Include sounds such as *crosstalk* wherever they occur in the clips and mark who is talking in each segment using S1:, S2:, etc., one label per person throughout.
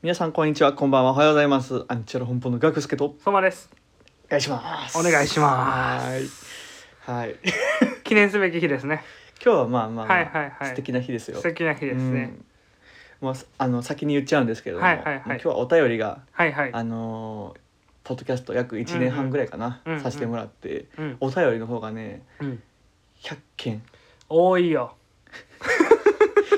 S1: 皆さんこんにちはこんばんはおはようございますアンチャル本舗のガクスケと
S2: 相馬です
S1: お願いします
S2: お願いします
S1: はいはい
S2: 記念すべき日ですね
S1: 今日はまあまあ、まあ
S2: はいはいはい
S1: 素敵な日ですよ
S2: 素敵な日ですね、
S1: うんもうあの先に言っちゃうんですけれども、
S2: はいはいはい
S1: 今日はお便りが
S2: はいはい
S1: あのーポッドキャスト約1年半ぐらいかな、
S2: うんうん
S1: させてもらって、
S2: うん、
S1: お便りの方がね
S2: うん、
S1: 100件
S2: 多いよ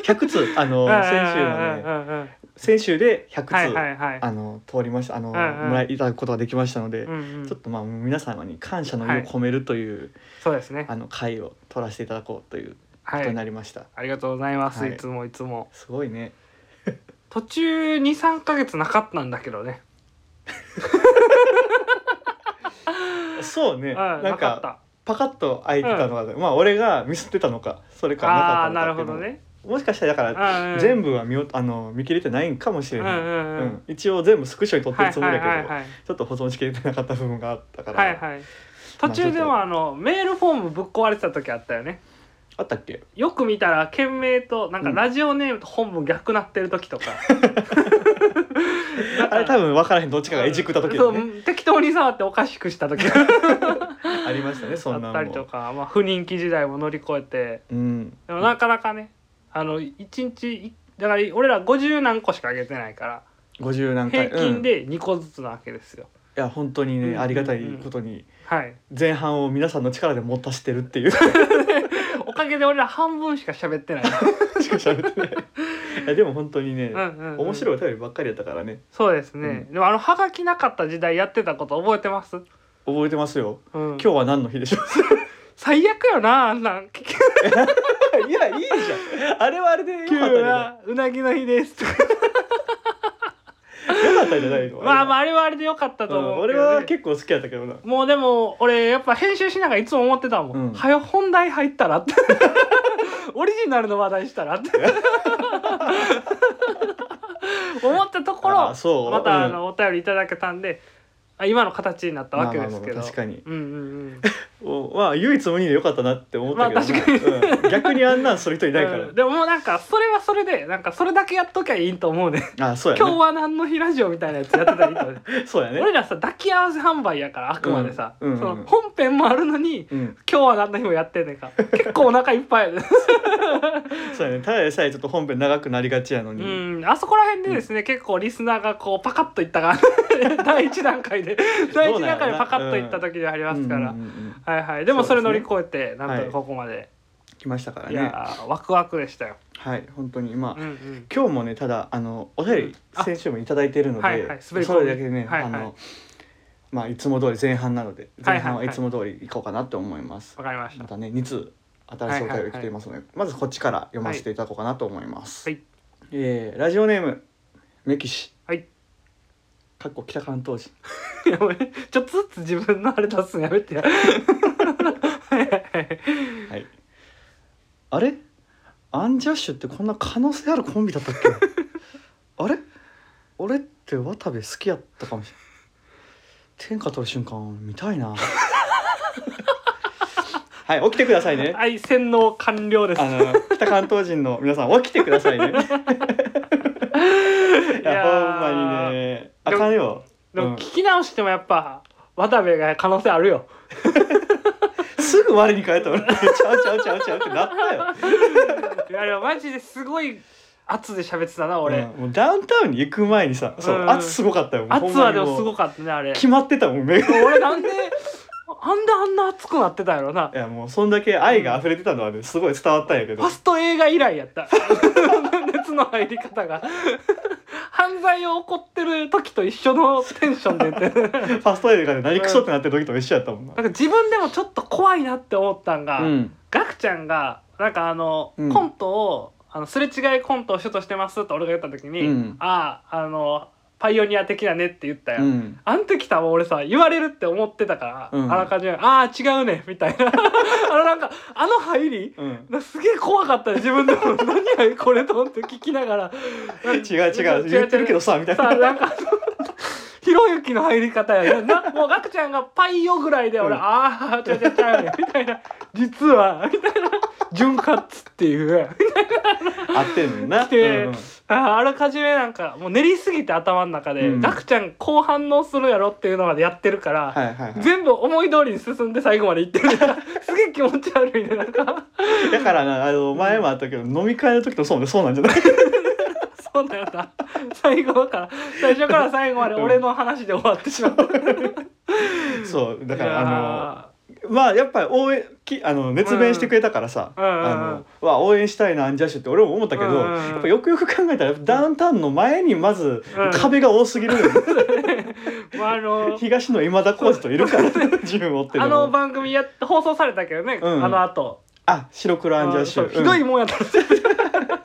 S1: 100通
S2: *laughs*
S1: あのー先週のね
S2: のね
S1: 先週で100通、
S2: はいはいはい
S1: あの通りましたあの、
S2: うんうん
S1: もらいいただくことができましたので、
S2: うんうん
S1: ちょっとまあ皆様に感謝の意を込めるという、
S2: そうですね
S1: あの回を取らせていただこうというこ
S2: は
S1: とにないりました、
S2: ありがとうございます、
S1: はい
S2: い、つもいつも
S1: すごいね
S2: 途中23ヶ月なかったんだけどね
S1: そう
S2: *laughs*
S1: ね
S2: うん
S1: なん
S2: なかっ
S1: か
S2: た
S1: パカッと開いてたのが、まあ俺がミスってたのかそれかな
S2: あ
S1: か
S2: あ
S1: ったのか
S2: ーなる
S1: ってい
S2: ほ
S1: うのも
S2: どね
S1: もしかしたらだから、全部は見よあの見切れてないんかもし
S2: 部
S1: れ
S2: うん
S1: ない、
S2: うんうん、
S1: うん一応全部スクショに撮って
S2: は
S1: る
S2: い
S1: つもり
S2: は
S1: だ
S2: い
S1: けど、
S2: はいはい
S1: ちょっと保存しきれてなかった部分があったから、
S2: はいはい途中でもあのメールフォームぶっ壊れてた時あったよね
S1: あったっけ
S2: よく見たら件名となんか
S1: うん
S2: ラジオネームと本文逆なってる時とか
S1: あれ多分分からへんどっちかがいじくった時だ
S2: そ
S1: よね
S2: う適当に触っておかしくした時
S1: ありましたね *laughs* そ
S2: あ
S1: んな
S2: っ
S1: の
S2: たりと
S1: も。
S2: か、まあ、不人気時代も乗り越えて
S1: うん、
S2: でもなかなかねあの1日いだから俺ら50何個しか上げてないから
S1: 50何回
S2: 平均
S1: うん、い
S2: で2個ずつなわけですよ、
S1: や本当にね、
S2: うんうんうん
S1: ありがたいことに
S2: はい
S1: 前半を皆さんの力で持たしてるっていう *laughs* し
S2: おかげで俺ら半分しか喋って
S1: *laughs*
S2: ない
S1: か喋って
S2: *laughs*
S1: ないいやでも本当にね、
S2: うんうんうん
S1: 面白いお便りばっかりやったからね
S2: そうですね、
S1: うん
S2: でもあのハガキなかった時代やってたこと覚えてます、うん、
S1: 覚えてますよ
S2: 今
S1: 今日は何の日でしょ
S2: 最悪よなあんなん「急
S1: う *laughs* いやいいじゃんあれはあれでよかったんじゃな
S2: なうなぎの日です」とか
S1: いよかったんじゃないの
S2: まあまあ
S1: あ
S2: あれはあれでよかった
S1: れは
S2: と
S1: うん
S2: 思う
S1: 俺
S2: けどね、
S1: は結構好きやったけどな
S2: もうでも俺やっぱ編集しながらいつも思ってたもん、
S1: うん
S2: はよ本題入った
S1: *laughs*
S2: らってオリジナルの話題したらって思ったとこ
S1: あ
S2: ろ
S1: そう
S2: またあ
S1: うん
S2: のお便りいただけたんで、あ今の形になったわけですけど、
S1: まあまあまあ確かに
S2: うんうん
S1: おまあ唯一無二でよかったなって思ったけどな、
S2: まあ確
S1: うん逆にあんなんする人いないか
S2: うん、でももうなんかそれはそれでなんかそれだけやっときゃいいと思うね
S1: らあそうや
S2: 今日
S1: ね
S2: は何の日ラジオみたいなやつやってたらいいと思う、
S1: そうや *laughs* ね
S2: 俺らさ抱き合わせ販売やからあくまでさ、
S1: うんうんうん
S2: その本編もあるのに
S1: うん
S2: 今日は何の日もやってんねんか結構お腹いっぱいやで
S1: そうやねただでさえちょっと本編長くなりがちやのに、
S2: うん、あそこら辺でですね、結構リスナーがこうパカッといったが *laughs* 第一段階で第一段階でパカッといった時でありますから、
S1: うんうんうんうん
S2: はいはいでもそれ乗り越えて、
S1: ね
S2: なんとかここまで、
S1: 来ましたから
S2: い、
S1: ね
S2: やーワクワクでしたよ、
S1: はい本当にまあ、
S2: うんうん、
S1: 今日もねただあのお便
S2: う
S1: り
S2: んあ
S1: 先週もいただいているので、
S2: はいはい
S1: そ
S2: 滑
S1: れ
S2: り込み
S1: だけね、
S2: はいはい
S1: あのまあいつも通り前半なので
S2: はいはいは
S1: 前半
S2: い
S1: はいつも通り行こうかなと思います、
S2: わかりまし
S1: ま
S2: た *laughs*
S1: たね2通新しいお便り来ていますので、まずこっちから読ませていただこうかなと思います、
S2: はい
S1: えーラジオネームメキシ
S2: はい
S1: かっこ北関東人
S2: いや俺ちょっとずつ自分のあれ出すのやめてや
S1: はいあれアンジャッシュってこんな可能性あるコンビだ
S2: *laughs*
S1: ったっけあれ俺って渡部好きやったかもしれない天下取る瞬間見たい
S2: *laughs*
S1: なはい起きてくださいね
S2: はい洗脳完了です
S1: あの北関東人の皆さん起きてくださいね
S2: *laughs*
S1: いや
S2: いや
S1: ほ
S2: ー
S1: んまにねあかんよ
S2: で
S1: うん
S2: も聞き直してもやっぱ渡部が可能性あ
S1: *laughs*
S2: るよ
S1: すぐ我に返った俺ちゃうちゃうちゃうちゃうってなったよ
S2: いやでもマジですごい圧で喋ってたな俺、
S1: うんもうダウンタウンに行く前にさそう、
S2: うん
S1: 圧すごかったよ
S2: 圧はでも
S1: か
S2: す
S1: った
S2: ごかったねあれ
S1: 決まってたもん目がい
S2: 俺なんであんであんな熱くなってたんやろな
S1: やもうそんだけ愛が溢れてたのはねすごい伝わったんやけ
S2: フ
S1: ど
S2: ァスト映画以来やった熱の入り方が犯罪を起こってる時と一緒のテンションで
S1: *laughs*
S2: 言って
S1: ファスト映画で何クソってなってる時と一緒やったもんな
S2: なんか自分でもちょっと怖いなって思ったんが、
S1: うん
S2: ガクちゃんがなんかあの、
S1: うん
S2: コントをあのすれ違いコントを主としてますって俺が言った時に「
S1: うん
S2: あああのパイオニア的だね」って言った
S1: う
S2: よ、
S1: ん
S2: あの時多分俺さ言われるって思ってたから、
S1: うん
S2: あらかじめ「ああ違うね」みたいな *laughs* あのなんかあの入り
S1: うん
S2: なすげえ怖かったよ自分でも *laughs* 何やねんこれと思って聞きながら
S1: 違う違う言ってるけどさみたい
S2: さ
S1: な
S2: なんかひろゆきの入り方やねなもうガクちゃんが「パイよ」ぐらいで俺「
S1: うん
S2: ああちゃちゃちゃうね」みたいな「実は」みたいな潤滑っていう *laughs*
S1: 合ってんのよな。
S2: 来て
S1: うんうん
S2: ああらかじめなんかもう練りすぎて頭の中で、
S1: うん
S2: ガクちゃんこう反応するやろっていうのまでやってるから、
S1: はいはいはい。
S2: *laughs* 全部思い通りに進んで最後まで行ってる *laughs* ねすげえ気持ち悪いねなんか
S1: だからなあの前もあったけど、飲み会の時とそうねそうなんじゃ
S2: *laughs*
S1: ない
S2: そうだよな最後から最初から最後まで俺の話で終わってしま *laughs* った
S1: そうだか
S2: い
S1: ら
S2: や
S1: あ
S2: ー
S1: のまあやっぱり応援きあの熱弁してくれたからさ、
S2: うんうんうん
S1: あのわ応援したいなアンジャッシュって俺も思ったけど、
S2: うんうん
S1: やっぱよくよく考えたらダウンタウンの前にまず
S2: うん
S1: 壁が多すぎるよね、
S2: *laughs* まああ *laughs* の
S1: 東野今田耕司といるから自分を追ってる
S2: あの
S1: のも
S2: 番組やっ放送されたけどね、
S1: うん
S2: あの後
S1: あ白黒アンジャッシ
S2: そう
S1: ュ
S2: ひどいもんやったんです *laughs* よ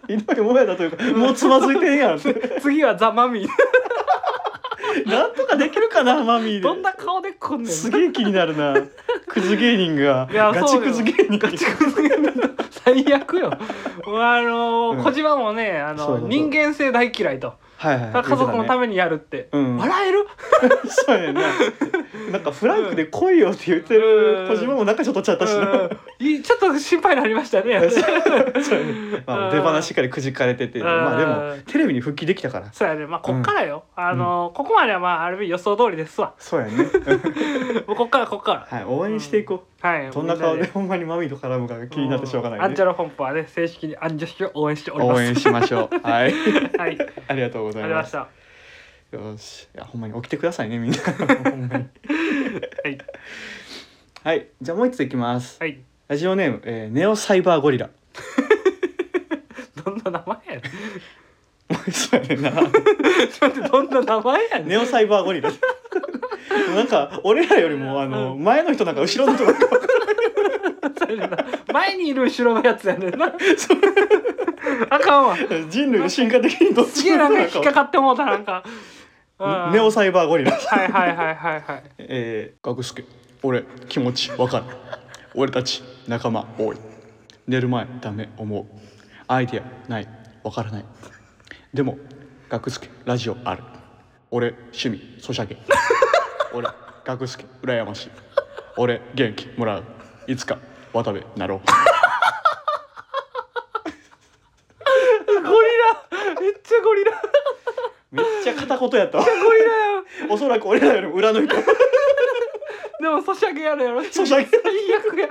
S1: うんひどいもんやだというかもうつまずいてんやんって
S2: 次はザ・マミィ
S1: *laughs* なんとかできるかなマミーで
S2: どんな顔で来んねん
S1: すげえ気になるなクズ芸人が
S2: いや
S1: ガチ
S2: そうよ
S1: クズ芸人
S2: ガチクズ芸人だ最悪よもうあのー
S1: うん
S2: 小島もねあ
S1: そう
S2: の
S1: そうそう
S2: 人間性大嫌いと
S1: はいはい、
S2: 家族のた
S1: め
S2: めにやるって、
S1: うん、
S2: 笑える
S1: そうやねんななんかフランクで来いよって言ってる小島もなんかちょっとちゃったしな、
S2: うんいちょっと心配になりました *laughs* ね
S1: そうやねまあ、出花しっかりくじかれてて
S2: うん
S1: まあでもテレビに復帰できたから
S2: そうやねまあこっからよ、あのーここまではまあある意味予想通りですわ
S1: そうやね
S2: もうこっからこっから
S1: はい応援していこ
S2: はい、
S1: う、どんな顔
S2: み
S1: でほんまにマミと絡むかが気になってしょうがな
S2: ア
S1: い
S2: ン
S1: ね
S2: ジャロ本舗はね正式にアンジャッシュを応援しております
S1: 応援しましょうはい
S2: はいありがとう
S1: *laughs* ありがとうござ
S2: ご
S1: い
S2: ざい
S1: ま
S2: ますしたは
S1: よしいやほんまに起きてくださいねみんなほんまに
S2: い
S1: はいじゃあもう一ついきます
S2: はい
S1: ラジオネーム、えーネオサイバーゴリラ
S2: どんな名前やねん
S1: そうやねんな
S2: ちょっと待ってどんな名前やねん
S1: *laughs* ネオサイバーゴリラなんか俺らよりもあの前の人なんか後ろの人なんか
S2: そうやねんな前にいる後ろのやつやねんなあかんわ
S1: 人類の進化的にどっ
S2: す
S1: ち
S2: げえ
S1: も
S2: なんか
S1: な
S2: 引
S1: ん
S2: っか
S1: か
S2: かってもうたなんかうん
S1: ネオサイバーゴリラ
S2: はいはいはいはいはい
S1: えー、学助俺気持ちわか *laughs* る俺たち仲間多い寝る前ダメ思うアイディアないわからないでも学助ラジオある俺趣味ソシ *laughs* ャゲ俺学助羨ましい俺元気もらういつか渡部なろう
S2: ゴリラめっちゃゴリラ
S1: めっちゃ片言やったわ
S2: ゴリラや
S1: おそらく俺らよりも裏の人
S2: でもソシャゲやるやろ
S1: ソシャゲ
S2: 最悪や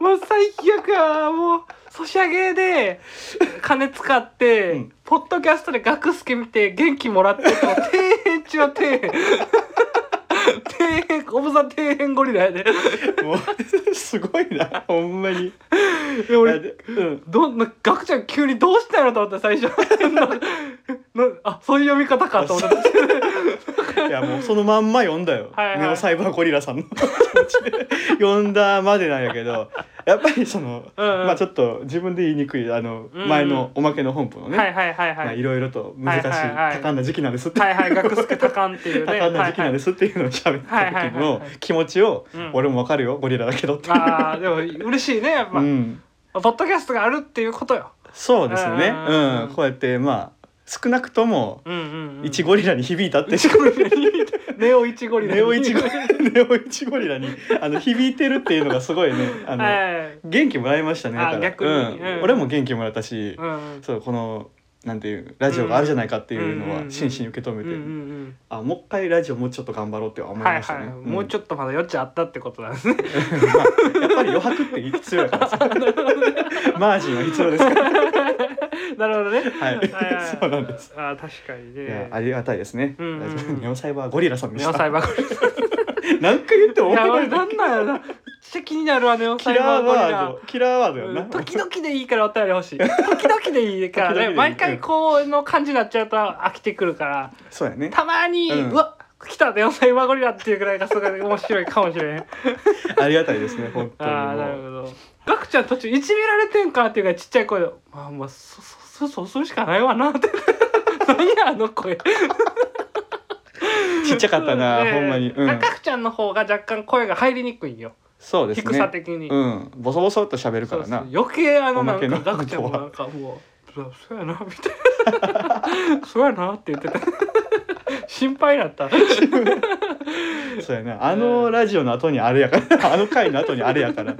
S2: もう最悪やもうソシャゲで金使って、
S1: うん
S2: ポッドキャストで学助見て元気もらってるの底辺中は底辺底辺オブザ底辺ゴリラやで
S1: もうすごいなほんまに
S2: で俺
S1: いやでうん
S2: どんなガクちゃん急にどうしたんやろと思った最初
S1: *laughs*
S2: ななあそういう読み方かと思った
S1: *laughs* いやもうそのまんま読んだよ、
S2: はいはい
S1: ネオサイバーゴリラさんの *laughs* 気持ちで読んだまでなんやけどやっぱりその、
S2: うんうん
S1: まあちょっと自分で言いにくいあの、
S2: うんうん
S1: 前のおまけの本舗のね、
S2: はいはいはい
S1: まあ
S2: はいい
S1: ろいろと難しい、
S2: はいはいはい
S1: 多感な時期なんですって、
S2: はいはい学助多感っていう
S1: 多 *laughs*
S2: ね
S1: 感な時期
S2: は
S1: なん
S2: いはい
S1: ですっていうのを喋った時
S2: はいはい
S1: の
S2: はいはい
S1: 気持ちを、
S2: うん
S1: 俺もわかるよゴリラだけどって、
S2: あーでも嬉しいねやっぱ、
S1: *laughs* うん
S2: ポッドキャストがあるっていうことよ。
S1: そうですね
S2: うんうんうん
S1: うんこうやってまあ少なくとも
S2: うんうん、うん。
S1: 一ゴリラに響いたってし
S2: *laughs* ネオイチゴリラ。
S1: ネオイチゴネオイチゴリラにあの響いてるっていうのがすごいねあの、
S2: *laughs* はい。
S1: 元気もらいましたねだから
S2: あ逆に
S1: うん
S2: うん
S1: 俺も元気もらったし、
S2: うん。
S1: そうこのなんていうラジオがあるじゃないかっていうの
S2: うん
S1: は真摯に受け止め
S2: うん
S1: て、
S2: うん
S1: あもう一回ラジオもうちょっと頑張ろうって思
S2: う
S1: い
S2: ん。は
S1: ま
S2: い
S1: した
S2: は
S1: ね、
S2: い。
S1: ん
S2: もうちょっとまだ余地あったってことなんですね。 *laughs*
S1: まあやっぱり余白って必要だからさマージンは必要ですから
S2: なるほどね。。
S1: はい *laughs* そうなんです
S2: あー確かに
S1: いや
S2: ね。
S1: ありがたいですね、
S2: うんうんうん
S1: ラジオネオサイバーゴリラさんで
S2: ネ
S1: し
S2: オ
S1: た
S2: サイバーゴリ
S1: 何回言っても
S2: ラ。い
S1: 面白
S2: や俺
S1: い
S2: なんなんやろな。めっちゃ気になるわネオサ
S1: キ
S2: イ
S1: ラ
S2: バ
S1: ー
S2: ーゴリ
S1: ワー
S2: ラ
S1: ド。キラーワードやんな、
S2: 時々でいいからお便り欲しい。時々でいいから
S1: 時々で
S2: ね。
S1: いい
S2: 毎回こうの感じになっちゃうと飽きてくるから。
S1: そうやね
S2: たまに、う
S1: うん
S2: わ来たでサイバーゴリラっていうぐらいがすごい面白いかもしれんあ
S1: ありがたいですね本当に
S2: あなる
S1: もう
S2: ほどガクちゃん途中いじめられてんかっていうからちっちゃい声で「まあまあそそそそうするしかないわな」って何やあの声 *laughs*
S1: ちっちゃかったな、
S2: ねえ
S1: ほんまに、うん、
S2: ガクちゃんの方が若干声が入りにくいんよ、
S1: そうですね
S2: 低さ的に、
S1: うんボソボソっと喋るか
S2: そう
S1: ら
S2: そう
S1: な
S2: 余計あの
S1: お
S2: な
S1: ま
S2: ん
S1: け
S2: か
S1: の
S2: ガクちゃんもなんかもうそう「そうやな」みたいな「そうやな」って言ってた心配だった
S1: *laughs*
S2: *laughs*
S1: そうやなあのラジオの後にあれやからあの回の後にあれやから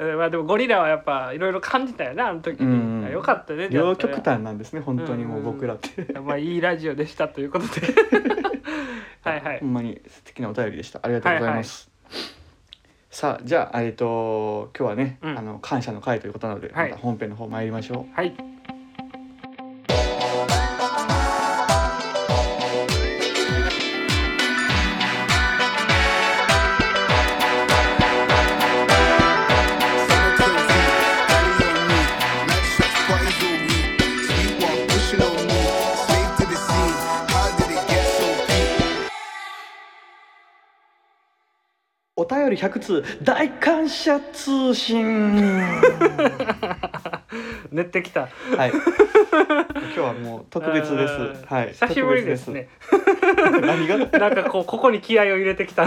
S2: えまあでもゴリラはやっぱいろいろ感じたよねあの時に、
S1: うん
S2: あよかったねじゃあ
S1: 両極端なんですね本当にもう僕らって、
S2: まあいいラジオでしたということ
S1: *laughs*
S2: ではいはい
S1: ほんまに素敵なお便りでしたありがとうございます、さあじゃあえっ、と今日はね、
S2: うん
S1: あの感謝の会ということなので、
S2: はい
S1: また本編の方参りましょう
S2: はい
S1: お便り100通大感謝通信
S2: 寝てきた *laughs*
S1: はい今日はもう特別で
S2: あ
S1: す
S2: ー
S1: はい
S2: 久しぶりですね
S1: 特別です何が
S2: *laughs* なんかこうここに気合を入れてきた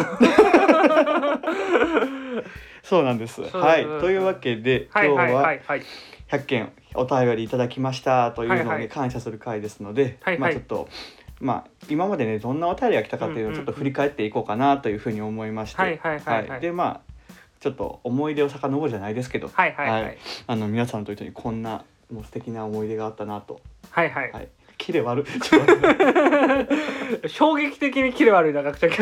S1: そうなんです
S2: そう
S1: はいというわけで、
S2: はい
S1: 今
S2: は
S1: 日
S2: いは
S1: はい
S2: はい
S1: 100件お便りいただきましたというのをね、
S2: はいはい
S1: 感謝する回ですので、
S2: はいはい
S1: まあちょっとまあ今までねどんなお便りが来たかっていうのを
S2: うん
S1: ち
S2: うん
S1: ょ
S2: うん
S1: っと振り返っていこうかなというふうに思いまして、
S2: はいはいはいはい
S1: でまあちょっと思い出を遡るじゃないですけど、
S2: はいはいはい
S1: はいあの皆さんと一緒にこんなもう素敵な思い出があったなと
S2: はいはい
S1: はい。キレ悪い。ちょっと待って
S2: *laughs* 衝撃的にキレ悪いな学長 *laughs*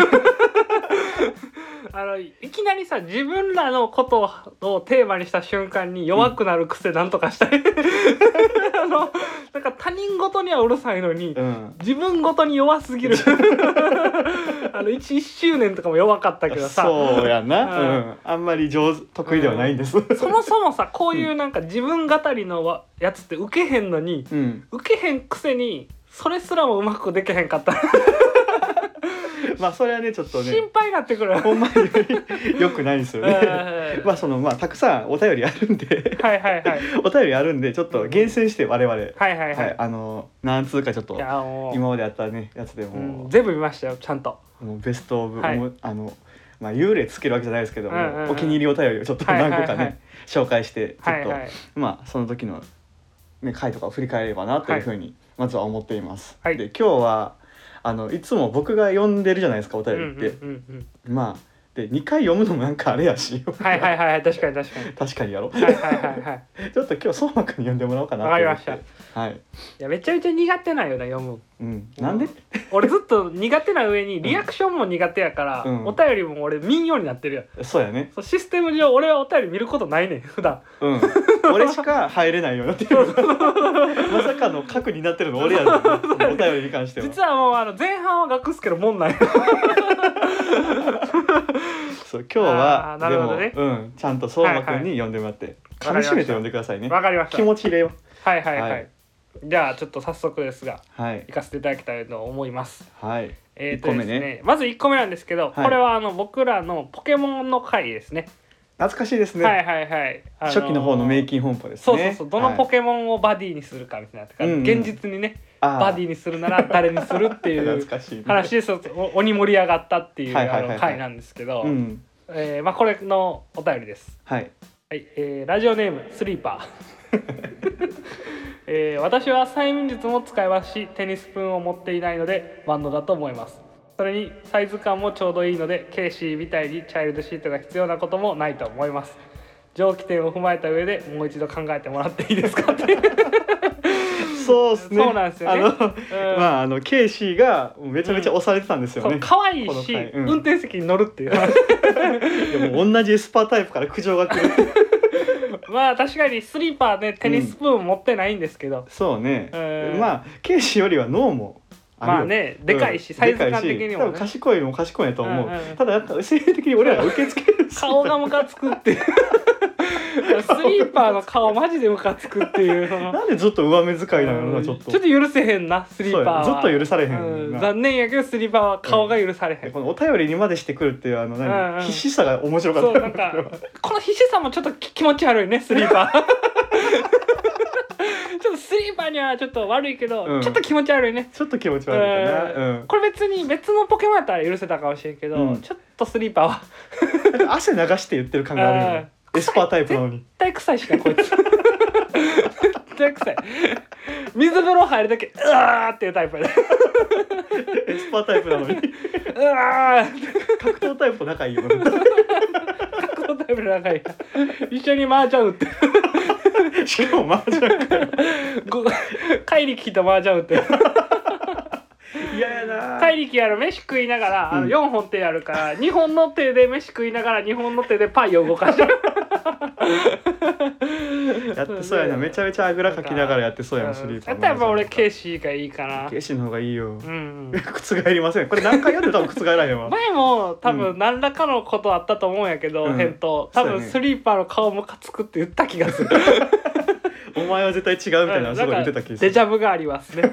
S2: あのいきなりさ自分らのことをテーマにした瞬間に弱くなる癖なんとかし
S1: *laughs*
S2: たい、あのなんか他人事にはうるさいのに、
S1: うん。
S2: 自分ごとに弱
S1: *laughs*
S2: すぎるあの 1, 1周年とかも弱かったけどさ
S1: そうやな。
S2: う
S1: うんん。あんまり上手得意ではないんです。
S2: そもそもさこういうなんか自分語りのわやつって受けへんのに
S1: うん。
S2: 受けへんくせにそれすらもうまくできへんかった、
S1: まあそれはねちょっとね
S2: 心。配になってくる。
S1: ほんまに良くないですよね。まあそのまあたくさんお便りあるんで *laughs*
S2: はいはいはい
S1: お便りあるんでちょっと厳選して我々は
S2: はいはいはい、
S1: いあの何通かちょっ
S2: い
S1: と
S2: やもう
S1: 今まであったねやつで
S2: うん、
S1: も
S2: 全部見ましたよちゃんと
S1: もうベストオブ
S2: はい
S1: もうあのまあ幽霊つけるわけじゃないですけど
S2: うんうんうん
S1: もお気に入りお便りをちょっと何個
S2: はい
S1: か
S2: はいはい
S1: ね紹介してちょ
S2: は
S1: っ
S2: い
S1: と
S2: はい
S1: まあその時の、ね、回とかを振り返ればなというふうにまずは思っています。
S2: はい
S1: で今日はあのいつも僕が読んでるじゃないですかお
S2: うん
S1: 便
S2: うん
S1: りって。
S2: うんうん
S1: まあで2回読むのもなんかあれやし
S2: *laughs* はいはいはいはい確かに確かに
S1: *laughs* 確かにやろ
S2: はいはいはいはい
S1: ちょっと今日相馬君に読んでもらおうかな
S2: わかりまし
S1: と
S2: た
S1: 思ってはい、
S2: いやめちゃめちゃ苦手なんよな読む
S1: うん、なんで
S2: 俺ずっと苦手な上にリアクションも苦手やから、
S1: うん
S2: お便りも俺見んようになってるやん
S1: そうやね
S2: そうシステム上俺はお便り見ることないねん *laughs* 普段
S1: うん *laughs* 俺しか入れないよなっていう *laughs* まさかの核になってるの俺や
S2: *laughs*
S1: ろ、ね、お便りに関しては
S2: 実はもうあの前半は学すけど
S1: *laughs*
S2: もんない
S1: そう今日は
S2: あーなるほどね
S1: でも、うん、ちゃんと相馬君に読んでもらって、噛み締めて読んでくださいね
S2: わかりました
S1: 気持ち入れよう
S2: はいはいはい、
S1: はい
S2: じゃあちょっと早速ですが
S1: はい
S2: 行かせていただきたいと思います
S1: はい。
S2: えー
S1: 一
S2: と
S1: 個
S2: で
S1: 目
S2: す
S1: ね
S2: ねまず1個目なんですけ
S1: は
S2: ど、
S1: い
S2: これはあの僕らのポケモンの回ですね
S1: 懐かしいですね。
S2: はいはいはい、あ
S1: 初期の方の名
S2: ね
S1: 金本舗ですね。
S2: そうそうそうどのポ
S1: はい
S2: ケモンをバディにするかみたいなとか、
S1: うんうん
S2: 現実にね
S1: あー
S2: バディにするなら誰にするっていう
S1: 懐かしい。
S2: 話でそうお鬼盛り上がったっていう
S1: はいはい
S2: あ
S1: はいはい
S2: の回なんですけど、
S1: うん。
S2: えーまあ、これのお便りです。
S1: はい。
S2: はい、えーラジオネームスリー *laughs* パー、えー私は催眠術も使いますしテニスプーンを持っていないのでバンドだと思いますそれにサイズ感もちょうどいいのでケイシーみたいにチャイルドシートが必要なこともないと思います上記点を踏まえた上でもう一度考えてもらっていいですかって
S1: そうですね。
S2: そうなんですよね
S1: あの、
S2: うん
S1: *laughs* まああのケイシーがめちゃめちゃ押されてたんですよ
S2: そう
S1: ね。
S2: 可愛いし、
S1: この回うん
S2: 運転席に乗るっていう
S1: でも同じエスパータイプから苦情が来る。
S2: まあ確かにスリーパーでテニスプーン持ってないんですけど、
S1: そうね
S2: うん。
S1: まあケイシーよりは脳もるよ。
S2: まあねでかいし
S1: うん
S2: サイズ感的にもね
S1: でかいし多分賢いのも賢いと思う
S2: うんうん。
S1: ただやっぱ性的に俺らが受け付ける。
S2: 顔がムカつくっていうスリーパーの顔マジでムカつくっていうその
S1: なんでずっと上目遣いなの
S2: う
S1: な、
S2: ん
S1: ちょっと。
S2: 許せへんなスリーパーは
S1: そうやずっと許されへんな
S2: う残念やけどスリーパーは顔が許されへん、
S1: このお便りにまでしてくるっていうあの何、
S2: うんうん
S1: 必死さが面白かった
S2: そうなんかこの必死さもちょっとき気持ち悪いねスリーパ
S1: *laughs*
S2: ーちょっとスリーパーにはちょっと悪いけど、
S1: うん
S2: ちょっと気持ち悪いね
S1: *laughs* ちょっと気持ち悪いかな、うん
S2: これ別に別のポケモンやったら許せたかもしれんけど、
S1: うん
S2: ちょっとスリーパーは
S1: なんか汗流して言ってる感があるよねエスパータイプなのに
S2: 絶対臭いしかこいつ絶対臭い水風呂入るだけうわーっていうタイプやで
S1: エスパータイプなのに
S2: うわーって *laughs*
S1: 格闘タイプと仲いいよね
S2: 格闘タイプベル高いな一緒に麻雀打って
S1: しかも麻雀か
S2: ご怪力と麻雀打って
S1: 嫌やな
S2: 怪力やる飯食いながらあ
S1: う
S2: の
S1: ん
S2: 4本手やるから、2本の手で飯食いながら2本の手でパイを動かしてる
S1: やってそうやなめちゃめちゃあぐらかきながらやってそうや
S2: うん
S1: な
S2: だ
S1: ス
S2: っ
S1: リー
S2: た
S1: パー
S2: らやっぱ俺ケ
S1: ケ
S2: ーシーがいいかな
S1: ーシーの方がいいよ *laughs*
S2: うん
S1: 覆りませんこれ何回やってたら覆らへ
S2: *laughs*
S1: んわ
S2: 前も多
S1: う
S2: 分何らかのことあったと思うんやけど、
S1: うん
S2: 返答
S1: そ
S2: 多
S1: うやね
S2: 分スリーパーの顔ムカつくって言った気がする
S1: お前は絶対違うみたいなのすごい
S2: な
S1: 言
S2: ん
S1: ってた
S2: か
S1: 気がす
S2: デ
S1: る
S2: ジャブがあります
S1: *laughs*
S2: ね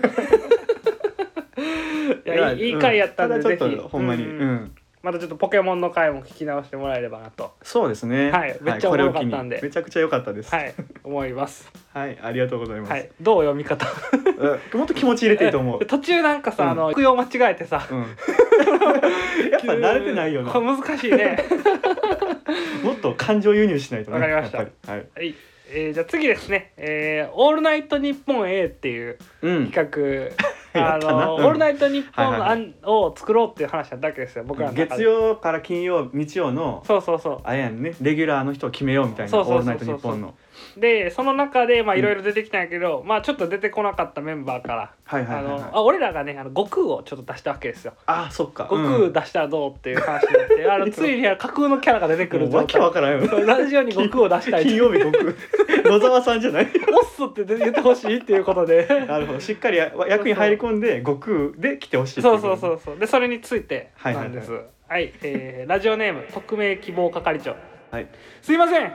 S2: いやいいいい回やったんで、
S1: う
S2: ぜ
S1: ただちょっと
S2: ひ
S1: ほんまに
S2: う
S1: うん、
S2: またちょっとポケモンの回も聞き直してもらえれば
S1: *laughs*
S2: なと
S1: そうですね
S2: はいめっちゃ
S1: これを
S2: おもろか
S1: 機
S2: っ
S1: に
S2: たんで
S1: めちゃくちゃ良かったです
S2: はい思います
S1: はいありがとうございます、
S2: はいどう読み方
S1: うんもっと気持ち入れていいと思う、
S2: 途中なんかさ、
S1: うん
S2: あの服用間違えてさ *laughs*
S1: うん、やっぱ慣れてないよな
S2: これ *laughs* 難しいね
S1: もっと感情輸入しないとね
S2: わかりました
S1: やっぱりはい、
S2: はい、えーじゃあ次ですね「えーオールナイトニッポン A」っていう
S1: うん
S2: 企画、
S1: *laughs* や
S2: あ
S1: ったな
S2: の、
S1: うん
S2: オールナイトニッポン
S1: はいはいはい
S2: を作ろうっていう話なだけですよ僕らの中で
S1: 月曜から金曜日曜の
S2: そうそうそう
S1: あれやんねレギュラーの人を決めようみたいな「
S2: そう
S1: オ
S2: そ
S1: ー
S2: う
S1: ル
S2: そ
S1: ナ
S2: う
S1: イト
S2: そう
S1: ニッポン」の
S2: でその中でまあ
S1: うん
S2: いろいろ出てきたんやけど、まあちょっと出てこなかったメンバーから、
S1: はいはいはい、はい
S2: あ、のあ俺らがねあの悟空をちょっと出したわけですよ
S1: あそっか
S2: 悟
S1: う
S2: 空
S1: ん
S2: 出したらどうっていう話になっ
S1: *laughs*
S2: て、あのついにあの架空のキャラが出てく
S1: も
S2: る
S1: うわ
S2: 状
S1: け
S2: 態
S1: わからん
S2: *laughs*
S1: よ
S2: ラジオに悟空を出したい
S1: *laughs* 金
S2: と
S1: 曜日僕野沢さんじゃない
S2: オッスって言ってほしいっていうことで
S1: *laughs* なるほどしっかりや役に入り込んで悟空で来てほしい
S2: そうそう
S1: う
S2: そうそうでそれについて
S1: はいは
S2: ない
S1: はい
S2: んですはい、えーラジオネーム匿名希望係長
S1: はい
S2: すいません、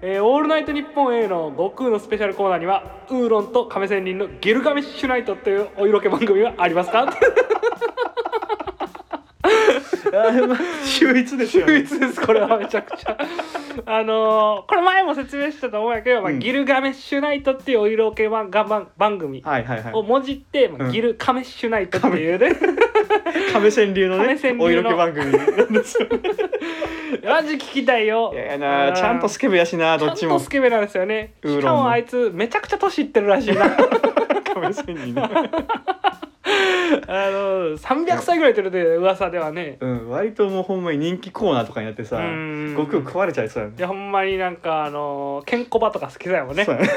S2: えーオールナイトニッポン A の悟空のスペシャルコーナーにはウーロンと亀仙人のゲルガメッシュナイトというお色気番組はありま
S1: *laughs*
S2: すか
S1: あでも秀逸ですよ、ね、
S2: 唯一ですこれはめちゃくちゃあのーこれ前も説明したと思うんやけど、まあ
S1: うん
S2: ギルガメッシュナイトっていうお色気番が番番組
S1: はいはいは
S2: を
S1: い
S2: もじって、まあ
S1: うん
S2: ギルカメッシュナイトっていうね
S1: 亀仙流のね
S2: 亀仙流の
S1: お色気番組なんですよ
S2: マジ聞きたいよ
S1: いやいやな
S2: うん
S1: ちゃんとスケベやしなどっち
S2: ちゃん
S1: も
S2: とスケベなんですよね
S1: ウーロン
S2: し
S1: も
S2: かもあいつめちゃくちゃ年いってる
S1: *laughs*
S2: らしいなあ
S1: 亀仙人
S2: *laughs*
S1: ね
S2: の300歳ぐらいいってるで噂ではね
S1: うん割ともうほんまに人気コーナーとかになってさ
S2: うん
S1: 悟空食われちゃいそうやね
S2: いやほんまになんかあのーケンコバとか好きだよね
S1: そうや
S2: *laughs*
S1: ね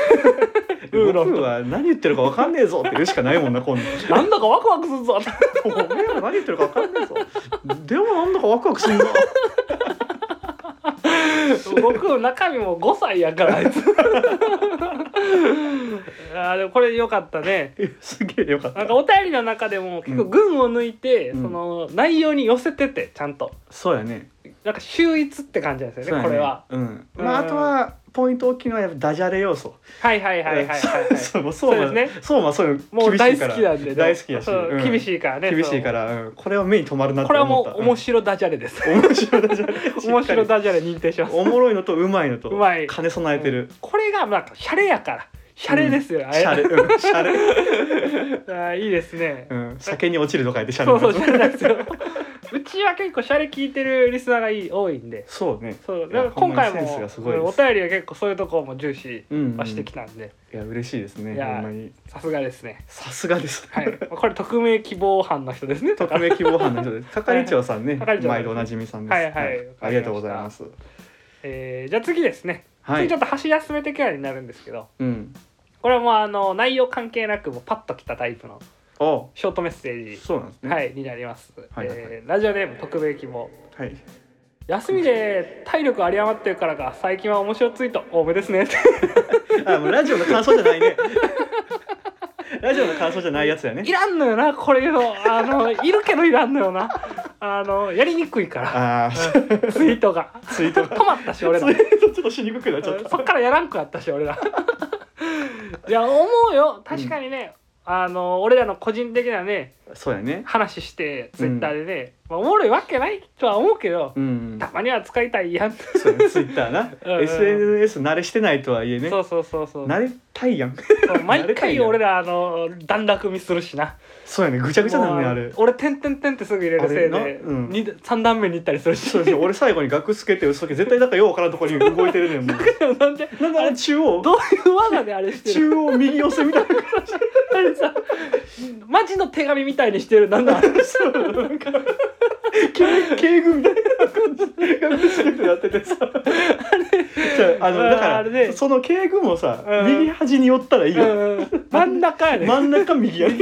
S2: ウーロン
S1: 悟空は何言ってるかわかんねえぞって言うしかないもんな今度
S2: なんだかワクワクす
S1: *laughs*
S2: るぞ
S1: おめえら何言ってるかわかんねえぞでもなんだかワクワクすん
S2: *laughs*
S1: な
S2: 僕の中身も5歳やからあ
S1: *laughs*
S2: いつあーでもこれよかったね
S1: えすげえよかっ
S2: な
S1: た
S2: んかお便りの中でも結構群を抜いて、
S1: うん
S2: その内容に寄せててちゃんと
S1: そうやね
S2: なんか秀逸って感じなんです
S1: そう
S2: よ
S1: や
S2: ね
S1: ね
S2: これは
S1: うんまあ
S2: うん
S1: あとはポイント大きいのはやっぱダジャレ要素
S2: はいはいはいはいはい、は
S1: うん
S2: い、
S1: そうそうそう
S2: そうで
S1: ですすねそうまあそういう
S2: もう
S1: 厳し
S2: 大
S1: いか
S2: 好
S1: ら
S2: きなんで
S1: 大好きやし
S2: そう
S1: うん
S2: 厳しいからね
S1: 厳しいからうんこれは目に留まるな
S2: そう
S1: って
S2: これは
S1: 思
S2: も
S1: った
S2: う面白ダジャレです、
S1: うん面白いダジャレしっかり
S2: 面白ダジャレ認定します
S1: おもろいのとうまいのと
S2: うまい
S1: 兼ね備えてる
S2: これがなんかシャレやからシャレですよ、あれ
S1: シャレうんシャレ
S2: *laughs* あーいいですね、
S1: うん酒に落ちると書いてシャ
S2: そうそう
S1: レ
S2: シャレなんですようちは結構シャレ聞いてるリスナーがいい多いんで
S1: そうね
S2: そう
S1: いや
S2: だから今回
S1: ほんまにセンス
S2: も
S1: がすごいです
S2: お便りは結構そういうところも重視
S1: うん
S2: はしてきたんで
S1: いや嬉しいですね
S2: いや
S1: ほんまに
S2: さすがですね
S1: さすがです
S2: はいこれ匿名希望班の人ですねとか
S1: 匿名希望班の人です係長さんね
S2: 係長さん
S1: 毎度おなじみさんです
S2: はいはい
S1: ありがとうございます
S2: えーじゃあ次ですね、
S1: はい
S2: 次ちょっと箸休め的なになるんですけど
S1: うん
S2: これはもうあの内容関係なくもうパッときたタイプの
S1: あ
S2: ショートメッセージ、
S1: そうなんですね
S2: はいになります、
S1: はいはいはい
S2: えーラジオネーム匿名希望
S1: はい
S2: 休みで体力有り余ってるからか最近は面白ツイート多め
S1: *laughs*
S2: ですね
S1: あもうラジオの感想じゃないねラジオの感想じゃないやつやね
S2: いらんのよなこれのあのいるけどいらんのよなあのやりにくいか
S1: あ
S2: ら
S1: あ
S2: ツイートが
S1: ツイート
S2: 止まったし俺ら
S1: ツイートちょっとしにくくなっちゃっ
S2: そ
S1: た
S2: っからやらんくなったし俺らいや思うよ確かにね、あの俺らの個人的なね
S1: そうやね
S2: 話してツイッターでね、まあ、おもろいわけないとは思うけど、
S1: うん
S2: たまには使いたいやん、
S1: そうねツイッターな
S2: うん
S1: SNS 慣れしてないとはいえね
S2: そうそうそうそう
S1: 慣れたいやん *laughs*
S2: そう毎回俺らあの段落見するしな
S1: そうやねぐちゃぐちゃなんね
S2: もう
S1: あれ
S2: 俺「てんてんてん」ってすぐ入れるせい
S1: あれ
S2: で、
S1: なうん
S2: 二3段目に行ったりするし
S1: *laughs* そうですね俺最後に額つけて嘘つけ絶対なんかようわからんと
S2: *laughs*
S1: ころに動いてるねんもう
S2: なんで
S1: なんであれ中央
S2: どういう技であれしてる
S1: 中央右寄せみたいな
S2: あれさマジの手紙みたいにしてるなんだ
S1: そうなんか軽軽軍みたいな感じがぐちゃぐちゃってなっててさそうあのだか
S2: あーあ
S1: ら
S2: れね
S1: その敬具もさ、
S2: うん
S1: 右端に寄ったらいいよ、
S2: うんうん真ん中やね
S1: 真ん中右やね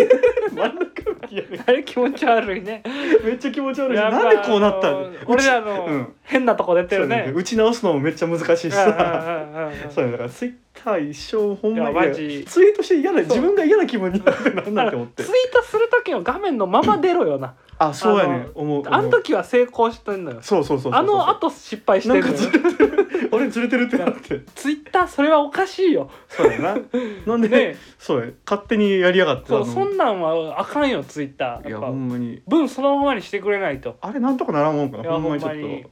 S1: 真ん中右やね
S2: あれ気持ち悪いね
S1: めっちゃ気持ち悪いし
S2: やぱ
S1: なんでこうなった
S2: あ
S1: ん
S2: の
S1: だ
S2: 俺ら
S1: う
S2: の
S1: ん
S2: 変なとこ出て
S1: そう
S2: る
S1: ね
S2: ね
S1: 打ち直すのもめっちゃ難しいしさ
S2: うんうんうんうんう
S1: *laughs*
S2: ん
S1: そうねだからツイッター一生ほんま
S2: いやマ
S1: に
S2: ジ
S1: ツイートして嫌な
S2: う
S1: 自分が嫌な気分になってなん
S2: だ
S1: な
S2: か
S1: んて
S2: ら
S1: 思って
S2: ツイートする時の画面のまま出ろよな
S1: あそうやね
S2: あの
S1: 思う
S2: あの
S1: 思う
S2: 時は成功してんのよ
S1: そうそうそうそうそう
S2: あの後失敗して
S1: なん
S2: る
S1: かずれてる *laughs* 俺ずれてるってなって
S2: ツイッターそれはおかしいよ
S1: そうやななんで、 *laughs*
S2: ね
S1: そうや勝手にやりやがって
S2: そう
S1: あの
S2: そんなんはあかんよツイッター
S1: い
S2: や
S1: や
S2: っ
S1: ほ
S2: ぱ
S1: んまに
S2: 文そのままにしてくれないと
S1: あれなんとかならんもんか
S2: い
S1: な
S2: や
S1: ほんまにちょ
S2: ほんま
S1: っ
S2: に
S1: と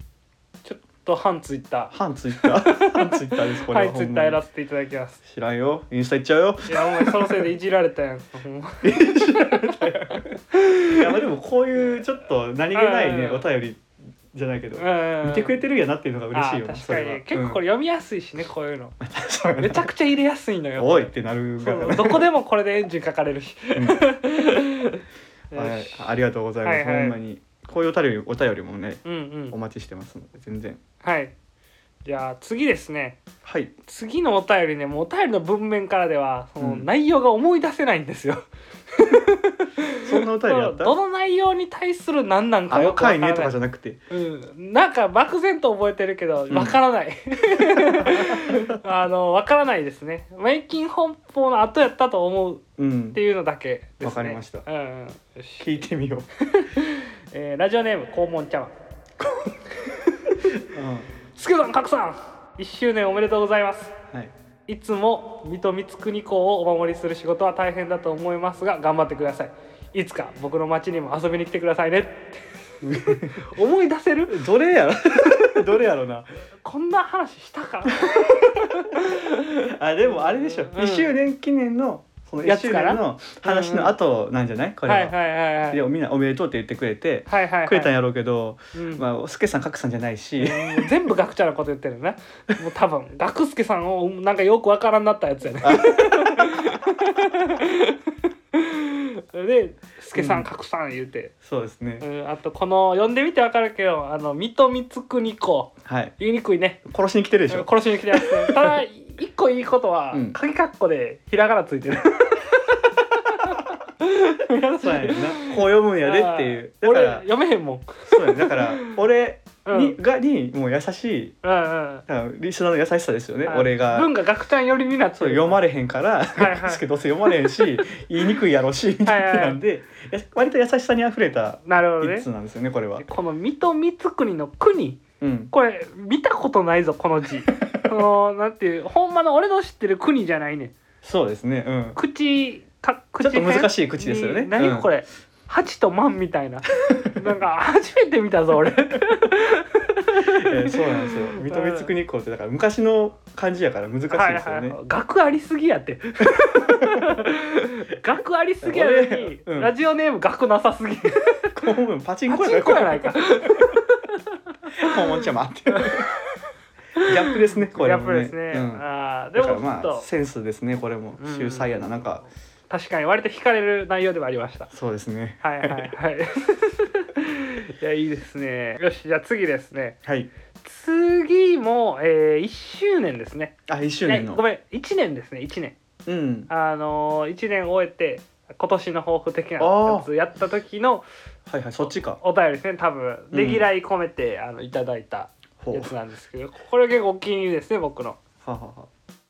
S2: ちょっと反ツイッタ
S1: 反ツイッター *laughs* 反ツイッターです
S2: ー
S1: これ
S2: は
S1: はい
S2: ツイ
S1: ほ
S2: ッ
S1: ん
S2: タ
S1: まに
S2: ーやらせていただきます
S1: 知らんよインスタ行っちゃうよ
S2: いやお前そのせいでいじられたやんほんま
S1: いやまあでもこういうちょっと何気ないね
S2: うん
S1: お便りじゃないけど
S2: うん
S1: 見てくれてるんやなっていうのが嬉しいよな
S2: あ確
S1: そ
S2: か
S1: れは
S2: に結構これ読みやすいしねこういうの
S1: うん *laughs*
S2: めちゃくちゃ入れやすいのよ
S1: おいってなる
S2: そ
S1: か
S2: う
S1: ら
S2: どこでもこれでエンジンかかれるし *laughs* よ
S1: はい
S2: し
S1: ありがとうございます
S2: はいはい
S1: ほんまにこういうお便りお便りもね
S2: うんう
S1: お
S2: ん
S1: 待ちしてますので全然
S2: はいじゃあ次ですね
S1: はい
S2: 次のお便りねもうお便りの文面からではその
S1: うん
S2: 内容が思い出せないんですよ、
S1: そんなお便りあった
S2: どの内容に対する何なん
S1: あ
S2: かよ
S1: の
S2: くわか
S1: 回
S2: らない
S1: ねとかじゃなくて
S2: うん、なんか漠然と覚えてるけど
S1: うん
S2: わか
S1: *laughs*
S2: らない、あのわからないですねメイキン本邦の後やったと思う
S1: う
S2: っ
S1: ん
S2: ていうのだけですね
S1: わかりました
S2: うんうんよし
S1: 聞いてみよう
S2: えーラジオネーム肛門茶碗
S1: う
S2: スケさん賀来さん1周年おめでとうございます
S1: んはい
S2: いつも水戸光圀公をお守りする仕事は大変だと思いますが頑張ってくださいいつか僕の町にも遊びに来てくださいねって
S1: *laughs*
S2: 思い出せる
S1: どれやろ *laughs* どれやろな
S2: こんな話したか
S1: あでもあれでしょ、
S2: うん
S1: 一周年記念のその
S2: や
S1: 1
S2: つ
S1: 周
S2: かな
S1: 年の話の後なんじゃないこれは,、
S2: はいはいはいはい
S1: でみんな「おめでとう」って言ってくれて、
S2: はいはいはい
S1: くれたんやろうけど、
S2: うん
S1: まあ、スケさん賀来さんじゃないし、
S2: もう全部学者のこと言ってるねもう多分学助さんをなんかよくわからんなったやつやねで助さん格さん言うて、
S1: そうですね、
S2: うん、あとこの読んでみてわかるけどあの水戸光圀公
S1: はい
S2: 言いにくいね
S1: 殺しに来てるでしょ、
S2: 殺しに来
S1: *laughs*
S2: てますただ一個いいことは、
S1: うん
S2: 鍵カッコでひらがなついてる
S1: そうやねんなこう読むんやでっていう
S2: あ
S1: だか
S2: ー俺
S1: ら
S2: 読めへんもん
S1: そうやねだから俺に,、
S2: う
S1: がにもう優しい
S2: うんうん
S1: だからリスナーの優しさですよね、
S2: はい
S1: 俺が
S2: 文が学ちゃん寄りになって
S1: そう
S2: る
S1: 読まれへんから、
S2: はいは
S1: *laughs*
S2: い
S1: スケどうせ読まれへんし言いにくいやろしみたいな
S2: はいはい
S1: なんで、や割と優しさにあふれた
S2: なるほどね
S1: 一通なんですよねこれは
S2: で。この水戸光圀の国
S1: うん、
S2: これ見たことないぞこの
S1: *laughs*
S2: 字そのなんていうほんまの俺の知ってる国じゃないねん
S1: そうですね。うん。
S2: 口か口
S1: ちょっと難
S2: い
S1: しい口ですよね。
S2: 何
S1: うん
S2: これ、八と万み
S1: *laughs*
S2: たいななんか初めて見たぞ俺
S1: えーそうなん
S2: *laughs*
S1: ですよ。水戸光圀公ってだから昔の漢字やから難しいですよね。
S2: 額ありすぎやって
S1: *laughs*
S2: 額ありすぎやのに
S1: 俺、うん
S2: ラジオネーム額なさすぎ
S1: 公文パチンコ
S2: パチンコやな
S1: *laughs*
S2: いか
S1: 公文ちゃまって。ギ
S2: *laughs*
S1: ャップですね。これ
S2: や
S1: も
S2: っぱりですね、
S1: うん
S2: ああで
S1: だか
S2: もち
S1: ら
S2: ょっと、
S1: まあセンスですねこれも
S2: うん
S1: 秀才やななんか
S2: 確かに割と惹かれる内容ではありました
S1: そうですね
S2: はいはいはい。
S1: *laughs*
S2: いやいいですね。よしじゃあ次ですね。
S1: はい
S2: 次も、えー、1周年ですね。
S1: あ一周年の
S2: えごめん1年ですね1年。
S1: うん
S2: あのー、1年終えて今年の抱負的な
S1: あー
S2: やつやった時の
S1: はいはいそっちか
S2: お便りですね多分
S1: うん
S2: ねぎらい込めて、あのいただいた
S1: ほう
S2: やつなんですけどこれ結構お気に入りですね僕の。
S1: ははは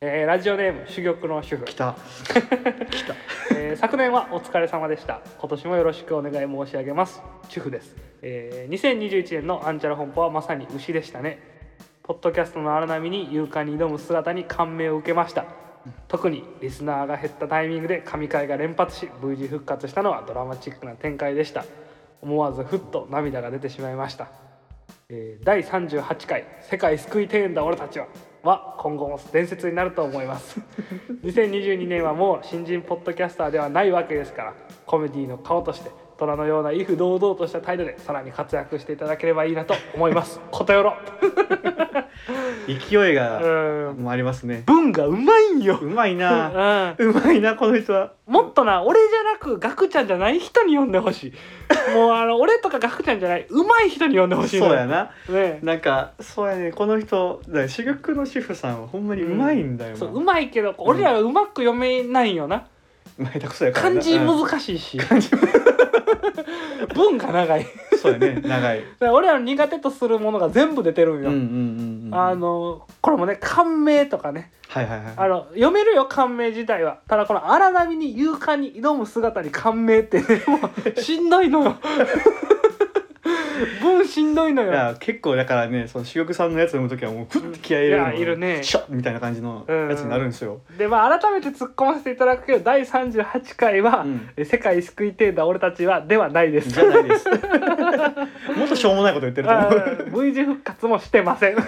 S2: えーラジオネーム珠玉の主婦
S1: 来、た
S2: えー昨年はお疲れ様でした今年もよろしくお願い申し上げます主婦です、えー2021年のアンチャラ本舗はまさに牛でしたねポッドキャストの荒波に勇敢に挑む姿に感銘を受けました特にリスナーが減ったタイミングで神回が連発し V 字復活したのはドラマチックな展開でした思わずふっと涙が出てしまいましたえー第38回「世界救い庭園だ俺たちは」は今後も伝説になると思います *laughs* 2022年はもう新人ポッドキャスターではないわけですからコメディの顔として虎のような威風堂々と *laughs* した態度でさらに活躍していただければいいなと思いますことよろ
S1: 勢いが
S2: うん
S1: もありますね
S2: 文がうまいんよ、
S1: う、まいうなんうまいなこの人は
S2: もっとな俺じゃなくガクちゃんじゃない人に読んでほし *laughs* いもうあの俺とかガクちゃんじゃない上手い人に読んでほしいの
S1: そうや
S2: ね
S1: な
S2: え
S1: なんかそうやねこの人だから主役の主婦さんはほんまにうまいんだよな、
S2: そうう
S1: ま
S2: うまいけど俺らはうまく読めないよな、
S1: いたくそやからな
S2: 漢字
S1: うん
S2: 難しいし、文が長いだか
S1: そうやね長
S2: *laughs*
S1: い
S2: ら俺らの苦手とするものが全部出てるん
S1: うん
S2: よ、
S1: うんうんうん
S2: あのこれもね「感銘」とかね
S1: はいはいはい
S2: あの読めるよ感銘自体はただこの荒波に勇敢に挑む姿に感銘ってねもうしんどいの
S1: *laughs*
S2: よ文しんどいの
S1: い
S2: よ
S1: や結構だからねその主役さんのやつ読む時はもうふって気合い入れるの
S2: いやいるね
S1: シャッみたいな感じのやつになるんですよ、
S2: でまあ改めて突っ込ませていただくけど第38回は
S1: うん
S2: 「え世界救い程度は俺たちは」ではないです
S1: じゃない
S2: *laughs*
S1: ですもっとしょうもないこと言ってると思
S2: あ
S1: う
S2: ー V 字復活もしてません
S1: *laughs*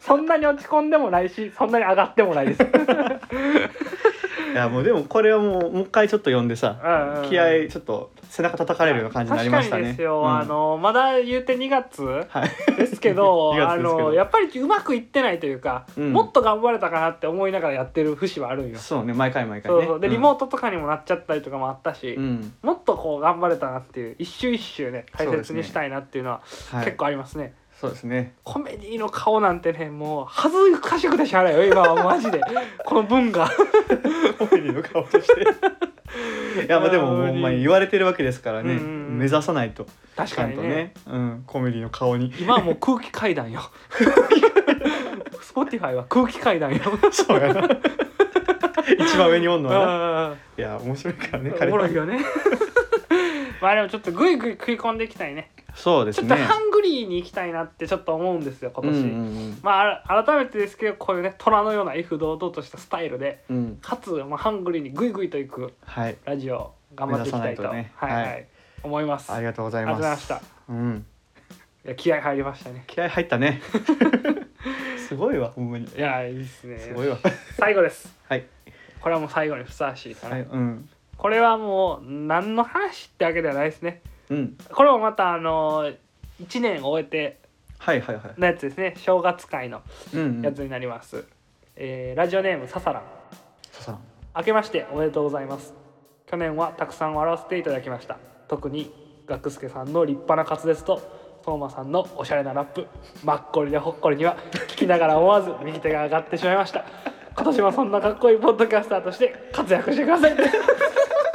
S2: そんなに落ち込んでもないしそんなに上がってもないです
S1: いやもうでもこれはもうもう一回ちょっと読んでさ *laughs* 気合いちょっと背中叩かれるような感じになりましたね
S2: 確かにですよ、
S1: うん
S2: あのまだ言うて2月
S1: はい *laughs*
S2: ですけど
S1: 2月
S2: あ
S1: ですけど
S2: のやっぱりうまくいってないというか、
S1: うん
S2: もっと頑張れたかなって思いながらやってる節はあるんよ、
S1: そうね毎回毎回ね
S2: そうそうでリモ
S1: ー
S2: ートとかにもなっちゃったりとかもあったし、
S1: トうん、
S2: もっとこう頑張れたなっていう一周一周ね大
S1: そうです
S2: 切
S1: ね
S2: にしたいなっていうのは
S1: はい、
S2: 結構ありますね
S1: そうですね
S2: コメディの顔なんてねもう恥ずかしくてしゃあないよ今はマジ
S1: *laughs*
S2: でこの文が
S1: コメディの顔として
S2: *laughs*
S1: いやまあでも
S2: いや
S1: もう
S2: 無理
S1: ほんまに言われてるわけですからね、
S2: うんうんうん
S1: 目指さないと
S2: 確
S1: ちゃ
S2: か
S1: ん
S2: に
S1: と
S2: ね
S1: ねうん、コメディの顔に
S2: 今はもう空気階段よ Spotify は空気階段よ
S1: そうや
S2: *laughs*
S1: な一番上におんのはな
S2: あ
S1: いや面白いからね
S2: ーお
S1: 彼
S2: もろ
S1: はい
S2: よね *laughs* まあでもちょっとグイグイ食い込んでいきたいね
S1: そうで
S2: ち
S1: す
S2: ょっ
S1: ね
S2: とハングリーに行きたいなってちょっと思うんですよ今年、
S1: うんうん
S2: まああら改めてですけどこういうね虎のような威風堂々としたスタイルで
S1: うん、うん、
S2: かつ、まあ、ハングリーにグイグイと行く
S1: はい
S2: ラジオ頑張っていきたいと
S1: 目指さないとね
S2: はいはい
S1: はい
S2: 思います
S1: ありがとうござい
S2: ありがとう
S1: ま
S2: ご
S1: す
S2: ざいまし
S1: う
S2: た
S1: ん
S2: いや気合入りましたね
S1: 気合入った
S2: *laughs*
S1: ねすごいわほんまに
S2: いやいいですね
S1: すごいわ
S2: 最後です
S1: はい
S2: これはもう最後にふさわしいかな、
S1: はいうん
S2: これはもう何の話ってわけではないですね
S1: うん
S2: これもまたあの1年終えて
S1: はいはいはい
S2: のやつですね正月会の
S1: うんうん
S2: やつになります、えーラジオネームささらん
S1: ささん
S2: 明けましておめでとうございます去年はたくさん笑わせていただきました特に学助さんの立派な滑舌と相馬さんのおしゃれなラップマッコリでほっこりには聞きながら思わず右手が上がってしまいました今年もそんなかっこいいポッドキャスターとして活躍して
S1: *laughs*
S2: ください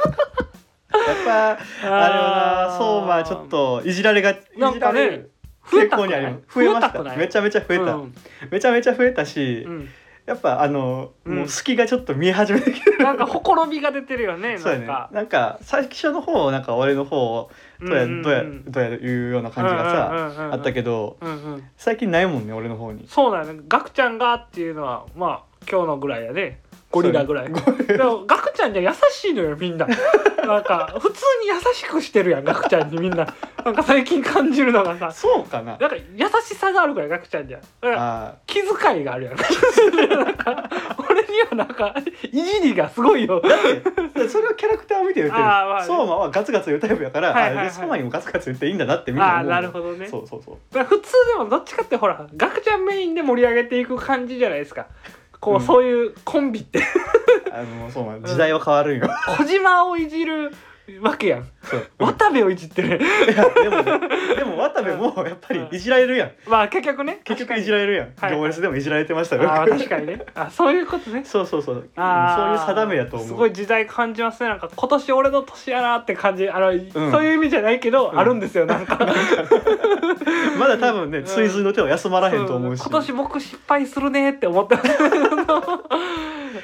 S1: やっぱあれはな相馬ちょっといじられがい
S2: なん
S1: じ
S2: から
S1: れ
S2: ね
S1: る
S2: 増え
S1: 傾
S2: た
S1: 向
S2: く
S1: に
S2: な
S1: ありま
S2: い
S1: す増えました
S2: くない
S1: めちゃめちゃ増えた、
S2: うん
S1: めちゃめちゃ増えたし、
S2: うん
S1: やっぱあの、
S2: うん
S1: もう隙がちょっと見え始めてきてる
S2: なんかほころびが出てるよね
S1: そうや
S2: なん
S1: ね
S2: か
S1: なんか最初の方なんか俺の方どうや
S2: うんうんうん
S1: どうやどうやいうような感じが
S2: うんうんうんう
S1: さ
S2: ん
S1: あったけど
S2: うんうん
S1: 最近ないもんね俺の方に
S2: そうなんやねガクちゃんがっていうのはまあ今日のぐらいやでゴリラぐらい、
S1: そうね
S2: でもガクちゃんには優しいのよ
S1: *laughs*
S2: みんななんか普通に優しくしてるやんガクちゃんにみんななんか最近感じるのがさ
S1: そうかな
S2: なんか優しさがあるからガクちゃんにはだから
S1: あ
S2: 気遣いがあるやんなんか俺にはなんかいじりがすごいよ
S1: ーだってそれはキャラクターを見て言ってる
S2: あーまあね
S1: 相馬はガツガツ言うタイプやから、
S2: はいはいはい
S1: あで相馬にもガツガツ言っていいんだなってみんな
S2: ああ
S1: 思うの
S2: なるほどね
S1: そうそうそう
S2: だから普通でもどっちかってほらガクちゃんメインで盛り上げていく感じじゃないですかこう、
S1: うん
S2: そういうコンビって
S1: あのそうなん時代は変わるんよ、
S2: 小島をいじるわけやん
S1: そう
S2: 渡部をいじって
S1: い
S2: る *laughs*
S1: やでもねでも渡部もやっぱりいじられるやん
S2: まあ結局ね
S1: 結局いじられるやん、
S2: はい
S1: 行列でもいじられてましたよ
S2: ああ確かにねあそういうことね
S1: *laughs* そうそうそううんそういう
S2: あー
S1: 定めだと思う
S2: すごい時代感じますねなんか今年俺の年やなって感じあの、そういう意味じゃないけど、
S1: うん
S2: あるんですよなんか
S1: *laughs* まだ多分ね
S2: ん
S1: 追随の手は休まらへんと思うし、
S2: 今年僕失敗するねって思って
S1: *laughs*
S2: ます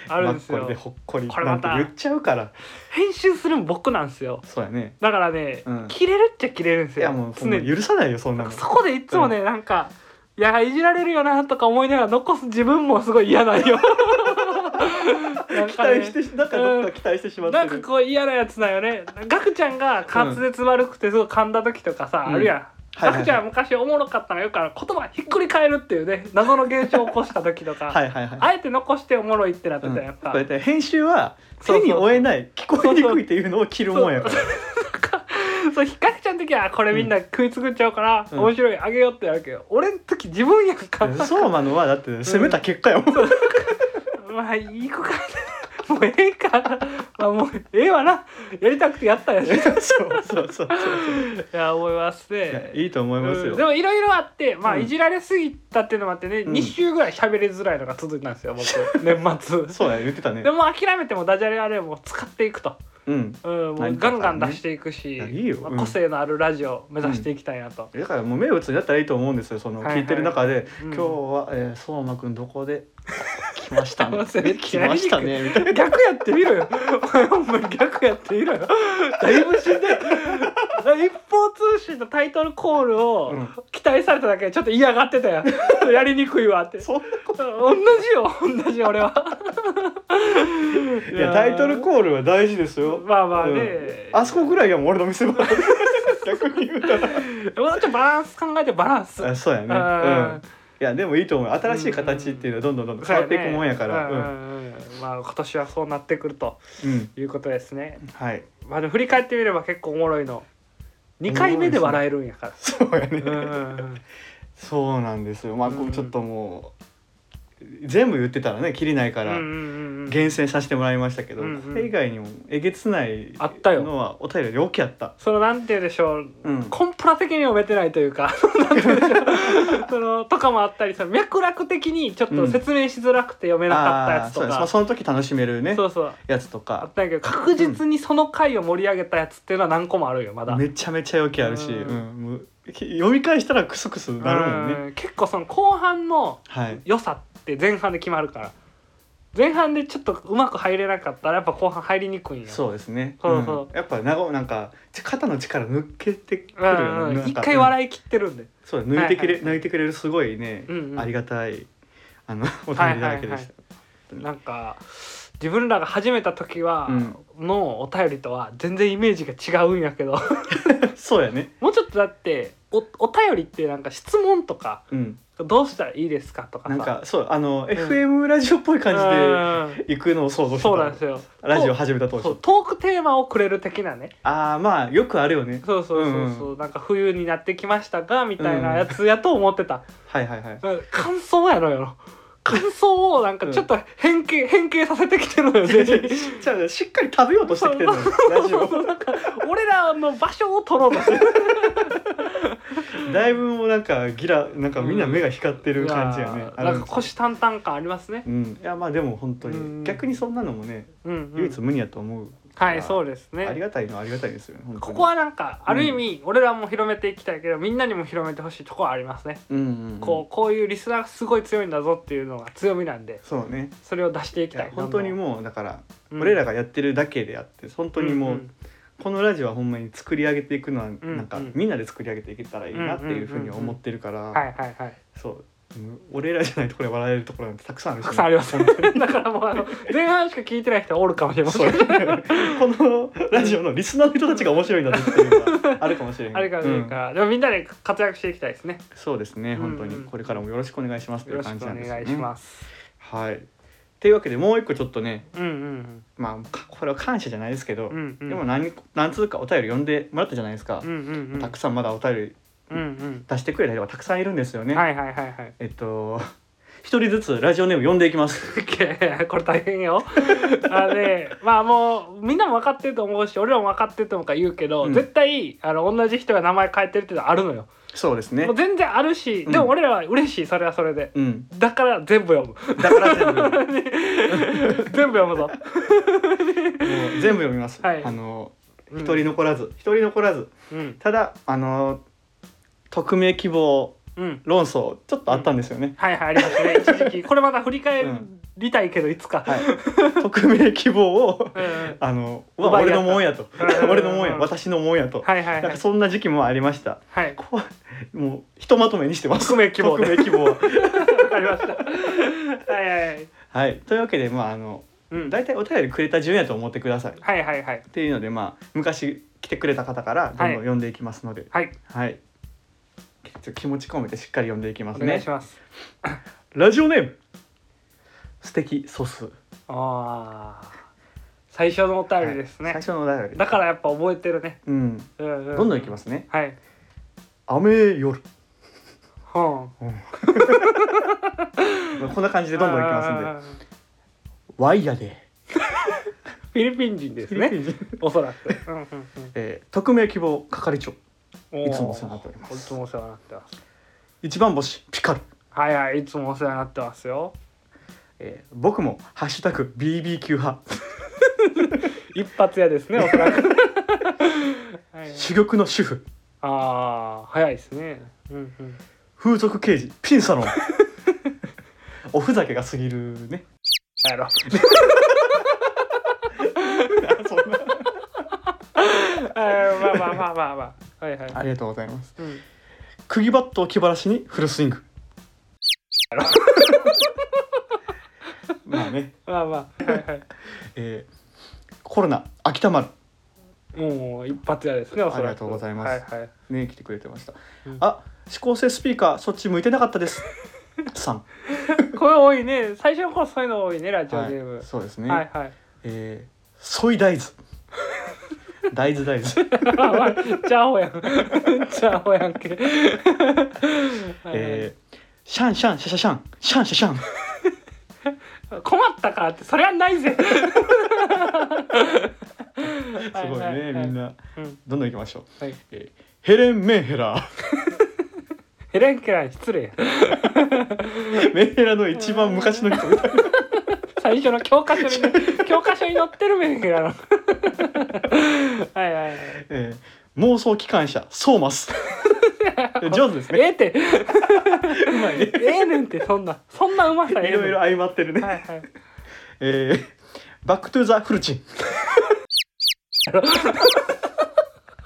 S2: あるんです
S1: まあこれで
S2: よ
S1: ほっこり
S2: これ
S1: な
S2: ま
S1: んて
S2: た
S1: 言っちゃうから
S2: 編集するの僕なんですよ
S1: そうやね
S2: だからね、
S1: うん
S2: 切れるっちゃ切れるんです
S1: い
S2: よ
S1: やもうほ
S2: 常
S1: んま
S2: に
S1: 許さないよそんなの
S2: そこでいつもね、なんかいやいじられるよなとか思いながら残す自分もすごい嫌なん
S1: *laughs*
S2: よなん
S1: 期
S2: かね
S1: 待してしなんかどっか期待してしまって
S2: な
S1: る
S2: んかこう嫌なやつなんよねガクちゃんが滑舌悪くてすごい噛んだ時とかさ、
S1: うん
S2: あるやん
S1: はいはいはい
S2: ガクちゃんは昔おもろかったのよくある言葉ひっくり返るっていうね謎の現象を起こした時とか、
S1: はいはいはい
S2: あえて残しておもろいってなってた
S1: うん
S2: やんやっぱ、
S1: こうやって編集は
S2: そう
S1: 手
S2: そう
S1: に負えない聞こえにくいっていうのを切るもんやから
S2: なんか *laughs* そうひかりちゃんの時はこれみんな食いつくっちゃうから、
S1: うん
S2: 面白いあげようってやるけど俺の時自分やんか
S1: そうまのはだって攻めた結果やもん、
S2: まあいい子かもうええかまあもうええわなやりたくてやったんやし
S1: *laughs*
S2: い
S1: そうそうそうそう
S2: や思います
S1: いや
S2: ね
S1: いいと思いますよ、
S2: うんでもいろいろあって、まあ、
S1: うん
S2: いじられすぎたっていうのもあってね、
S1: うん
S2: 2週ぐらい喋りづらいのが続いた
S1: *laughs*
S2: んですよ僕年末
S1: そうや言ってたね
S2: でも諦めてもダジャレあれも使っていくと、
S1: うん
S2: うん、もう
S1: 何か
S2: ガン
S1: ね
S2: ガン出していくし
S1: いやいいよ
S2: まあ
S1: うん
S2: 個性のあるラジオ目指していきたいなと、
S1: だからもう目打つんだったらいいと思うんですよその
S2: はいはい
S1: 聞いてる中で、
S2: うん
S1: 今日は、えー、相馬くんどこで *laughs* 来ました
S2: *laughs*
S1: ね
S2: 忘れて
S1: 来ましたねみ
S2: *laughs*
S1: たいな
S2: 逆やってみろよお前ほんまに逆やってみろよだいぶしんどい一方通信のタイトルコールを
S1: うん
S2: 期待されただけでちょっと嫌がっ
S1: *laughs*
S2: てたよやりにくいわって
S1: そんなこ
S2: 同じよ同じ俺は
S1: といやタイトルコールは大事ですよ、
S2: まあまあね、
S1: うんあそこぐらいがもう俺の見せ場 *laughs* 逆に言うたら
S2: もうちょっとバランス考えてバランス
S1: あそうやね
S2: うん
S1: うんいやでもいいと思う新しい形っていうのはどんどんどんどん変わっていくもんやから
S2: そううやね
S1: ん、
S2: うんうんうんまあ今年はそうなってくると
S1: うん、
S2: いうことですね
S1: はい
S2: まあでも振り返ってみれば結構おもろいの2回目で笑えるんやから
S1: そうやね、
S2: うんうんうん
S1: そうなんですよまあこ
S2: うん
S1: うちょっともう、全部言ってたらねきりないから、
S2: うんうんうんうん
S1: 厳選させてもらいましたけど、
S2: うんうん
S1: これ以外にもえげつない
S2: あったよ
S1: のはお便りよきやった。
S2: そのなんて言うでしょう、
S1: うん
S2: コンプラ的に読めてないという
S1: *laughs*
S2: かなんて言うでしょうそのとかもあったりその脈絡的にちょっと説明しづらくて読めなかったや
S1: あー
S2: つ
S1: そう
S2: と
S1: ですま
S2: か、
S1: あその時楽しめるね
S2: そうそう
S1: やつと
S2: あっ
S1: か
S2: たんやけど確実にその回を盛り上げたやつっていうのは何個もあるよまだ。
S1: めちゃめちゃよきあるし、
S2: う
S1: うんんもう読み返したらクスクスなるもんね。
S2: うん結構その後半の
S1: はい。
S2: 良さって前半で決まるから前半でちょっとうまく入れなかったらやっぱ後半入りにくいんや
S1: そうですね。
S2: そうそうん
S1: やっぱなごなんかち肩の力抜けてくる
S2: うん
S1: よ
S2: う
S1: ね
S2: ん
S1: なん
S2: 一
S1: か。
S2: 回
S1: い。
S2: 笑い切ってるんで、
S1: そう抜いてくれ、
S2: はいは
S1: 抜いてくれるすごいね、
S2: うんうん
S1: ありがたいあのお便りだらけでした。
S2: なんか自分らが始めた時は、のお便りとは全然イメージが違うんやけど *laughs*
S1: *laughs* そうやね。
S2: もうちょっとだっておお便りってなんか質問とか
S1: うん。
S2: どうしたらいいですかとかさ
S1: なんかそうあの、
S2: ん
S1: FM ラジオっぽい感じで。
S2: じ
S1: 行くのを想像してた
S2: そうなんですよ
S1: ラジオ
S2: と
S1: 始めた当
S2: そう
S1: 初
S2: トークテーマをくれる的なね
S1: ああまあよくあるよね
S2: そうそうそうそう、なんか冬になってきましたがみたいなやつやと思ってた、
S1: はいはいはい
S2: うん感想やろよ感想をなんかちょっと変形、変形させてきて
S1: *laughs*
S2: るのよ全然
S1: じゃあしっかり食べようとしてきてるのよラジオ
S2: 俺らの場所を取ろうとしてる
S1: だいぶもうなんかギラなんかみんな目が光ってる感じや
S2: い
S1: ね
S2: やー
S1: あ
S2: なん
S1: の
S2: か虎視眈々感ありますね
S1: うんいやまあでも本当
S2: うん
S1: に逆にそんなのもね
S2: うん、うん、
S1: 唯一無二やと思う
S2: はいそうです
S1: あり
S2: ね
S1: がたいのはありがたいですよね本当
S2: こ
S1: に
S2: こはなんかある意味俺らも広めていきたいけどみんなにも広めてほしいとこはありますね
S1: うんうんうん
S2: こうこういうリスナーがすごい強いんだぞっていうのが強みなんで
S1: そうね
S2: それを出してい
S1: い
S2: きた
S1: や
S2: い
S1: 本当にもうだから
S2: うん
S1: 俺らがやってるだけであって本当にも
S2: ん
S1: うこのラジオはほんまに作り上げていくのはなんか
S2: うんうん
S1: みんなで作り上げていけたらいいなっていうふうに思ってるか
S2: うんはい
S1: ら
S2: はいはい
S1: そうむ俺らじゃないところ笑えるところなんてたくさんあるしね
S2: たくさんありますね *laughs* だからもうあの前半しか聞いてない人はおるかもしれませ
S1: そ
S2: ん
S1: うこのラジオのリスナーの人たちが面白いんだぞっていうのがあるかもしれな
S2: あ
S1: い
S2: れからねから、でもみんなで活躍していきたいですね
S1: そうですね本当
S2: うん
S1: に
S2: うん
S1: これからもよろしくお願いしますとい
S2: よろ
S1: う
S2: し
S1: 感
S2: く
S1: じ
S2: お
S1: なんですよ
S2: 願
S1: ね
S2: いします、
S1: はいというわけでもう一個ちょっとね
S2: うんうん
S1: まあかこれは感謝じゃないですけど
S2: うんうんうん
S1: でも何何通かお便り読んでもらったじゃないですか
S2: うんうんうん
S1: たくさんまだお便り
S2: うん
S1: 出してくれた人がたくさんいるんですよ
S2: う
S1: ね
S2: んはいはいはいはい *laughs*
S1: えっと、一人ずつラジオネーム読んでいきます。
S2: *laughs* これ大変よ *laughs* あのねまあもうみんなも分かってると思うし俺らも分かってると思うから言うけど、
S1: うん
S2: 絶対あの同じ人が名前変えてるっていうのはあるのよ、
S1: そうですね
S2: もう。全然あるし
S1: うん
S2: でも俺らは嬉しいそれはそれで
S1: うん。
S2: だから全部読む
S1: だから全部、もう
S2: *laughs* 全部読むぞ、
S1: 全部読みます。
S2: はい
S1: あの、
S2: うん
S1: 一人残らず、一人残らず、
S2: うん
S1: ただ、あの。匿名希望
S2: うん
S1: 論争、ちょっとあったんですよね。
S2: はいはいあります *laughs* ね一時期これまた振り返
S1: うん
S2: りたいけどいつか、
S1: はい。匿名希望を。
S2: うんうん
S1: あの、う
S2: 奪
S1: わ俺
S2: い合った
S1: のもんやと
S2: うん、
S1: 俺のもんや、私のもんやと。
S2: はいはい
S1: な
S2: は
S1: んか
S2: い
S1: そんな時期もありました。
S2: はい
S1: ここはもうひとまとめにしてます。
S2: 匿名希望ね
S1: 匿名希望。
S2: わかりましたはいはいはい
S1: はい。というわけで、まあ、あの、
S2: うん
S1: 大体お便りくれた順やと思ってください。
S2: はいはいはい
S1: っていうのでまあ昔来てくれた方からどんどん読んでいきますので
S2: はい
S1: はい、ちょっと気持ち込めてしっかり読んでいきま
S2: お
S1: す
S2: 願い
S1: ね
S2: します
S1: ラジオネーム素敵ソス
S2: ああ最初のお便りですね、
S1: はい最初のお便り
S2: だからやっぱ覚えてるね
S1: うん
S2: うんうん
S1: どんどんいきますね
S2: はい
S1: 雨夜、
S2: ほ
S1: うん *laughs* まあこんな感じでどんどんいきますんで
S2: すんで
S1: ワイヤで、
S2: フィリピン人ですねおそらく、うんうん
S1: えー、匿名希望係長
S2: うん、
S1: いつもお世話になっております
S2: いつもお世話になってます
S1: 一番星ピカル、
S2: はいはいいつもお世話になってますよ
S1: えー、僕も「ハッシュタグ #BBQ 派
S2: 一発
S1: *laughs*
S2: 屋ですねおそらくはい、
S1: 珠玉の主婦
S2: ああ早いですねうんうん
S1: 風俗刑事ピンサロ
S2: *laughs*
S1: ンおふざけが過ぎるね
S2: やろ *laughs* あまあまあまあまあまあはいはい、
S1: ありがとうございます
S2: うん、
S1: 釘バットを気晴らしにフルスイング *laughs* まあね、
S2: まあまあはいはい
S1: えーコロナ秋田丸
S2: もう一発屋ですねおそら
S1: あり
S2: く
S1: がとうございます
S2: はいはい
S1: ね来てくれてました、
S2: うん
S1: あ指向性スピーカーそっち向いてなかった *laughs* ですさん
S2: これ多いね最初の頃そういうの多いねラジオ
S1: は
S2: ゲーム
S1: い、そうですね、
S2: はいはい *laughs*
S1: えー、ソイ大豆大豆大 *laughs* 豆、
S2: ちゃほやん。ちゃほやんけ。はいはい
S1: えー、シャンシャンシャシャシャンシャンシャシャン
S2: 困ったからって、そりゃな
S1: *laughs*
S2: いぜ。
S1: すごいね、みん。な
S2: うん
S1: どんどん行きましょう、
S2: はい、
S1: えーヘレン・メンヘ *laughs* ラ
S2: ヘレンケラー失礼。
S1: メンヘラの一番昔の人みたいな
S2: 最初の教科書に、
S1: *laughs*
S2: 教科書に載ってるメン *laughs* ケラの。はいはいはい。
S1: えー妄想機関車ソーマ *laughs* ス上手ですね
S2: ええって。
S1: うまいね
S2: ええねんって、そんな、そんなうまさええ
S1: い
S2: ねん
S1: ろいろ相まってるね、
S2: はいはい。
S1: えーバック・トゥ・ザ・フルチンど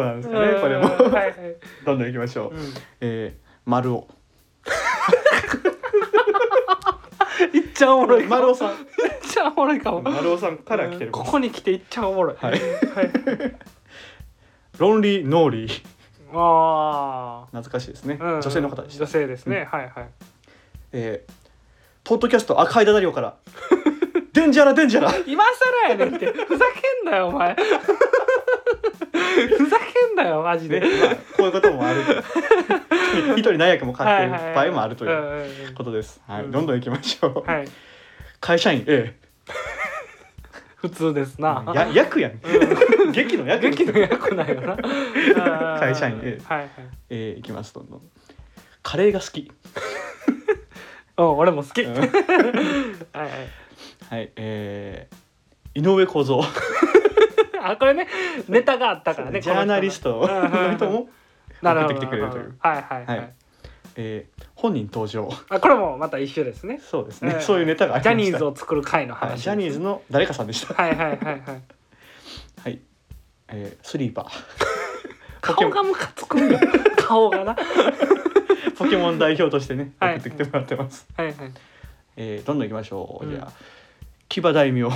S1: うなんですかねこれも *laughs*
S2: うんはいはい。
S1: どんどん行きましょう、
S2: うん
S1: えー、丸尾
S2: いっちゃおもろいかも。
S1: 丸尾
S2: い
S1: さん
S2: っちゃおもろいかも。
S1: 丸尾さんから来てる
S2: ここに来ていっちゃおもろい。
S1: *laughs* はい
S2: はい
S1: ロンリー・ノーリー
S2: あ
S1: 懐かしいですね、
S2: あ、うん
S1: 女性の方でした
S2: 女、性ですね、はいはい
S1: えー、ポッドキャスト赤いダダリオから *laughs* デンジャラデンジャラ
S2: 今更やねんってふざけんなよ
S1: *laughs*
S2: お前ふざけんなよマジで、
S1: ね、まあ、こういうことも
S2: *laughs*
S1: あると一人何役も買ってる
S2: はいはい
S1: 場合もあるとい
S2: ん
S1: うん
S2: ん
S1: ことです、はい
S2: うん
S1: どんどん行きましょう、
S2: はい
S1: 会社員 A
S2: 普通ですな、
S1: や役やん、 *laughs* 劇の役
S2: 劇の役なんよな
S1: *laughs* 会社員で
S2: はいはい
S1: えー、いきますどんどんカレーが好き、
S2: うん俺も好き、
S1: うん
S2: はいはい
S1: はいえー、井上公造
S2: あこれねネタがあったからね
S1: ジャーナリスト
S2: この人
S1: *laughs* の人
S2: のうんうんうん
S1: も、
S2: なるほど
S1: 送ってきてくれるという
S2: はいはいはい、
S1: はいえー、本人登場
S2: あこれもまた一緒ですね
S1: そうですね、
S2: はい
S1: そういうネタがあり
S2: ジ
S1: ました
S2: ャニーズを作る会の話、
S1: はい、ジャニーズの誰かさんでした
S2: はいはいはいはい
S1: はい、えー、スリーパ
S2: *laughs*
S1: ー
S2: 顔がムカつくんよ顔がなは
S1: ポケモン代表としてね
S2: は
S1: 送っ
S2: い
S1: てきてもらってます、
S2: いはい
S1: えー、どんどん行きましょう、
S2: うん
S1: じゃあ騎馬大名は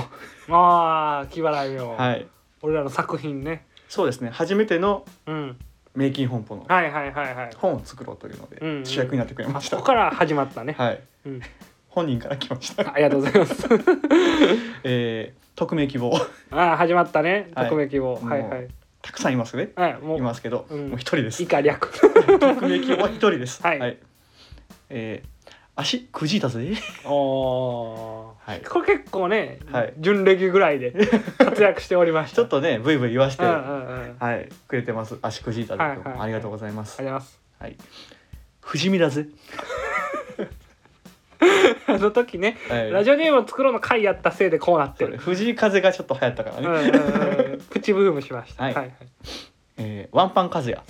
S2: ああ気払いよ、
S1: い
S2: 俺らの作品ね
S1: そうですね初めての
S2: うん
S1: 名金本舗の
S2: はいはいはいはい
S1: 本を作ろうというの
S2: うんう
S1: で
S2: ん
S1: 主役になってくれました、
S2: ここから始まったね、
S1: はい
S2: うん、
S1: 本人から来ました
S2: ありがとうございます *laughs*
S1: えー、匿名希望 *laughs*
S2: ああ始まったね
S1: はい
S2: 特命希望
S1: もう
S2: はいはい
S1: たくさんいますね
S2: はいも
S1: いうますけど、
S2: うん
S1: もう一人です
S2: 以下略
S1: *laughs* 匿名 *laughs* 希望は一人です
S2: はい
S1: えー、足くじいたぜ *laughs*
S2: おおー、
S1: はい
S2: これ結構ね、
S1: はい
S2: 純レギュぐらい
S1: *laughs*
S2: で活躍しておりました
S1: ちょっとねブイブイ言わして、
S2: うんうんうんあ
S1: はいくれてます足くじいたぜ、
S2: はいはいはい
S1: ありがとうございます
S2: りがとうございます
S1: はい不死身だぜ、
S2: あの時ね、
S1: はい、
S2: ラジオネームを作ろうの会やったせいでこうなって
S1: そうね
S2: る
S1: 藤井風がちょっと流行ったから
S2: う
S1: ね、
S2: んうんうんうんプチブームしました
S1: は
S2: はいいはい
S1: えー、ワンパンカズヤ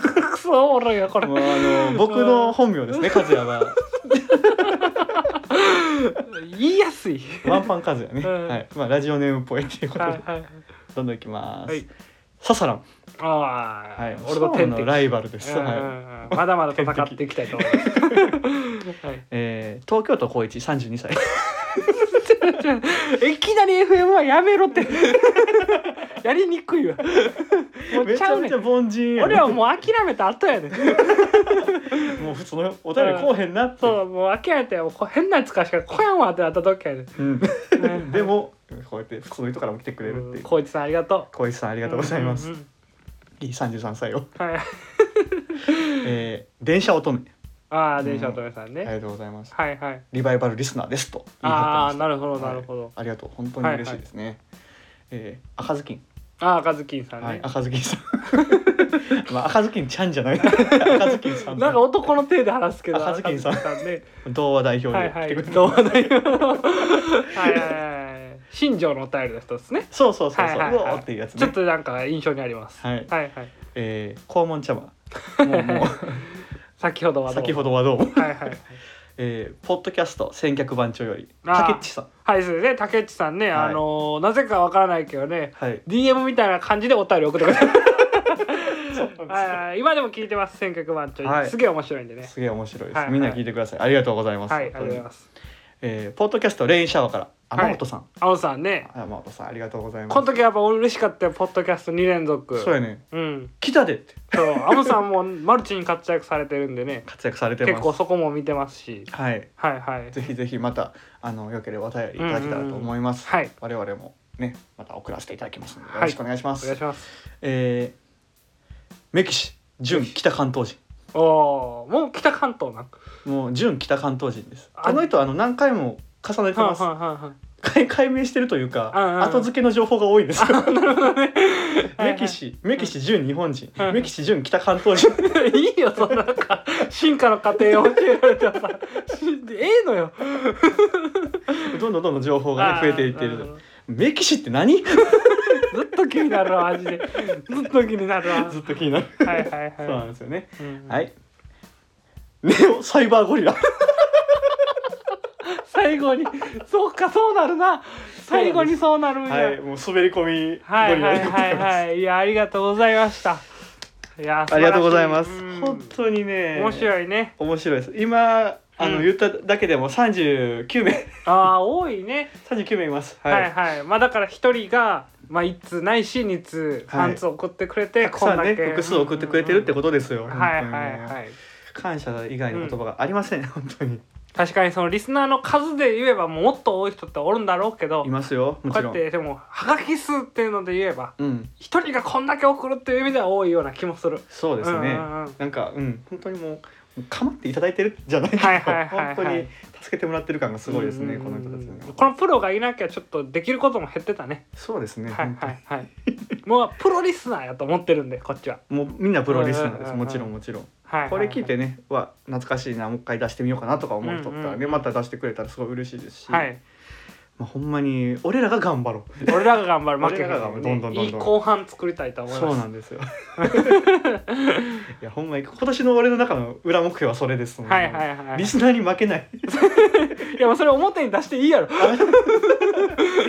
S2: くそおもろいよこ
S1: *laughs*
S2: れ
S1: もうあの僕の本名です *laughs* ねカズヤは
S2: 言い
S1: *laughs*
S2: やすい。
S1: ワンパンカズヤね、
S2: うん
S1: はいまあラジオネームっぽいっていうこと
S2: は
S1: で、
S2: いはい
S1: どんどんいきます、
S2: はい
S1: ササラン、
S2: ああ、
S1: はい、
S2: 俺の
S1: ササラ
S2: 天
S1: ンの
S2: 敵。
S1: ライバルです、
S2: うん
S1: はい
S2: うんうんまだまだ戦っていきたいと思い *laughs* ます。はい
S1: えー、東京都高一三十二歳
S2: *laughs* いきなり FM はやめろってやりにくいわも
S1: め
S2: う
S1: ち
S2: ちゃ
S1: ゃ
S2: う
S1: め
S2: ね
S1: ちゃ
S2: ん
S1: 凡人やん
S2: 俺はもう諦めた後やねん
S1: もう普通のお便りこうへんなって
S2: そうもう諦めてもうこ変なやつからしか来やんわってなった時やねん
S1: *laughs* うん
S2: ね
S1: でもこうやって普通の人からも来てくれるっていう
S2: 光一さんありがとうあ
S1: 小石さんありがとうございます
S2: んうん
S1: いい33歳を、
S2: うんはい
S1: えー電車乙女
S2: ああ電車乙女さん
S1: あり
S2: ね、
S1: がとうございます
S2: はい、はいはい
S1: リバイバルリスナーですと言い張
S2: あ
S1: ってました
S2: あなるほど
S1: はい
S2: なるほど、
S1: ありがとう本当に嬉しいですね、えー赤ずきん、
S2: ああ赤ずきんさんね、
S1: はい、赤ずきん *laughs* さんまあ赤ずきんちゃんじゃない *laughs* 赤ずきんさん
S2: なんか男の手で話すけど
S1: 赤ずきんさん
S2: 赤ずきんね
S1: 童話代表
S2: はい
S1: で
S2: は
S1: 来て
S2: い
S1: くれた、
S2: どうだよはいはいはい新庄のお便りの人ですね
S1: そうそうそうそう、
S2: はいはいうはい
S1: おーっていうやつ
S2: ちょっ
S1: ね
S2: となんか印象にあります
S1: はい
S2: はいはい
S1: えー肛門
S2: *laughs*
S1: 茶碗もうも
S2: 先ほどは
S1: う
S2: どう
S1: 先ほどはどうも、
S2: はいはいはい
S1: えーポッドキャスト先客番長より
S2: あー
S1: 竹内さん
S2: はいですね竹内さんね、
S1: はい
S2: あのーなぜかわからないけどね
S1: はい
S2: DM みたいな感じでお便り送ってください
S1: そうなんですよ
S2: はいはい今でも聞いてます選曲番長、
S1: はい
S2: すげえ面白いんでね
S1: すげえ面白いです、
S2: はいはい
S1: みんな聞いてくださいありがとうございます、
S2: はいあり
S1: 本当に
S2: がとうございます
S1: えーポッドキャストレインシャワーから
S2: はい
S1: 天本さん、
S2: 青さんね
S1: 天本さんありがとうございます
S2: この時やっぱ俺嬉しかったよポッドキャスト2連続
S1: そうやね
S2: うん
S1: 来たでって
S2: そう青さんもマルチに活躍されてるんでね
S1: 活躍されてます
S2: 結構そこも見てますし
S1: はい
S2: はいはい
S1: ぜひぜひまたあのよければお便りいただけたらと思います、
S2: うんうんうん
S1: 我々もねまた送らせていただきますので
S2: はい
S1: よろしくお願いします、
S2: お願いします
S1: えーメキシ準北関東
S2: おおもう北関東なん
S1: 人もう準北関東人です
S2: あ
S1: この人あの何回も重ねてます、
S2: はいはいはい
S1: 解解明してるというか、
S2: うんうんうん
S1: 後付けの情報が多いんですよ
S2: はいはい
S1: メキシメキシ準日本人、
S2: うん
S1: メキシ準北関東人
S2: *laughs* いいよそのなんか進化の過程を教えられてもさしええのよ
S1: どんどんどんどん情報が、ね、増えていって
S2: あー
S1: るメキシって
S2: *laughs*
S1: 何ず
S2: ずっと気になるわマジでずっと気になるわ
S1: っと気になる
S2: はいはい
S1: そう
S2: は
S1: なんですよね、
S2: い、うん
S1: はいネオサイバーゴリラ
S2: 最後にそうかそうなるな最後にそうなるんや
S1: はいもう滑り込み
S2: は
S1: ゴ
S2: い
S1: リ
S2: は
S1: ラ
S2: い
S1: でご
S2: は
S1: ざい
S2: い
S1: ます、
S2: はいいやありがとうございましたいや
S1: ありがとうございます
S2: 素晴らしいうん
S1: 本当にね
S2: 面白いね
S1: 面白いです今あの、
S2: うん
S1: 言っただけでも39名 *laughs*
S2: ああ多いね
S1: 39名いますは、
S2: はいいはいまあだから一人がまあ一通ないし二通
S1: はい
S2: 半通送ってくれて
S1: たくさんね
S2: こだけ
S1: 複数送ってくれてるってことですよ、
S2: うんうんうんは
S1: 本
S2: い
S1: 当にね
S2: はいはい
S1: 感謝以外の言葉がありません、本当に
S2: 確かにそのリスナーの数で言えばもっと多い人っておるんだろうけど
S1: い
S2: こ
S1: ますよも
S2: う
S1: ち
S2: や
S1: ろ
S2: っ
S1: ん
S2: てでもはがき数っていうので言えば
S1: うん
S2: 一人がこんだけ送るっていう意味では多いような気もする
S1: そうですね、
S2: うんうんうん
S1: なんかうん本当にもうかまっていただいてるじゃないけど、
S2: はいはいはいはい
S1: 本当に助けてもらってる感がすごいですね、
S2: うん
S1: こ
S2: うんう
S1: の人た
S2: ん
S1: ちには
S2: このプロがいなきゃちょっとできることも減ってたね
S1: そうですね、
S2: はい
S1: 本当
S2: は
S1: に
S2: いはいもうプロリスナーやと思ってるんでこっちは
S1: もうみんなプロリスナーで
S2: うんうんうん
S1: す
S2: うん
S1: もちろんもちろん
S2: はい
S1: これ聞いて
S2: ね
S1: ねうわ懐かしいなもう一回出してみようかなとか思う人った
S2: うん
S1: ら
S2: うんう
S1: ね
S2: ん
S1: また出してくれたらすごい嬉しいですし、
S2: はい
S1: まあ、ほんまに俺らが頑張ろう
S2: *laughs* 俺らが頑張る負
S1: 俺
S2: けへ
S1: ら
S2: ん
S1: が
S2: よ
S1: 頑張
S2: う
S1: る
S2: に
S1: どんどんどんどん
S2: いい後半作りたいと思いま
S1: そ
S2: す
S1: うなんです *laughs* よいやほんまに今年の俺の中の裏目標はそれですもん
S2: はいはいはい
S1: リスナーに負けない *laughs*
S2: いやもうそれ表に出していいやろ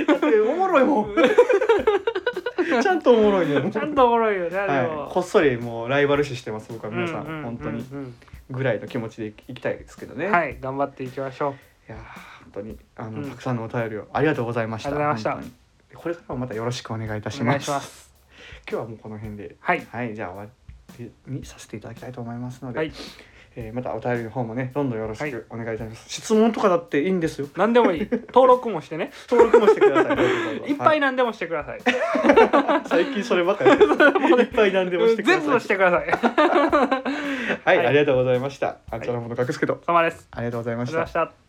S1: だっておもろい
S2: *laughs*
S1: もんちゃんとおもろいね
S2: ちゃんとおもろいよね、で
S1: は
S2: も
S1: い、こっそりもうライバル視してます僕は皆さん,、
S2: うううう
S1: 本当にぐらいの気持ちでいきたいですけどね、い、
S2: はい頑張っていきましょう
S1: やー本当にあの、
S2: うん
S1: たくさんのお便りをありがとうございました
S2: ありがとうございました
S1: 本当にこれからもまたよろしくお願いいたし
S2: お
S1: ま
S2: 願
S1: す
S2: いします
S1: 今日はもうこの辺で
S2: はい
S1: はいじゃあ終わりにさせていただきたいと思いますので、
S2: はい
S1: えーまたお便りの方もねどんどんよろし
S2: はい
S1: くお願いいたします、質問とかだっていいんですよ
S2: 何でもいい登録
S1: *laughs*
S2: もしてね
S1: 登録もしてく
S2: *laughs*
S1: ださいどうぞどうぞ
S2: いっぱい
S1: は
S2: 何でもしてください
S1: 最近それ
S2: *laughs*
S1: ばっかりいっぱい何でもしてください
S2: 全部してください *laughs* お疲
S1: はい、
S2: はい
S1: ありがとうございましたあんちゃらもの隠すけど、
S2: れ様です
S1: ありがとうござい
S2: あ
S1: ま
S2: り
S1: し
S2: がとうござい
S1: た
S2: ました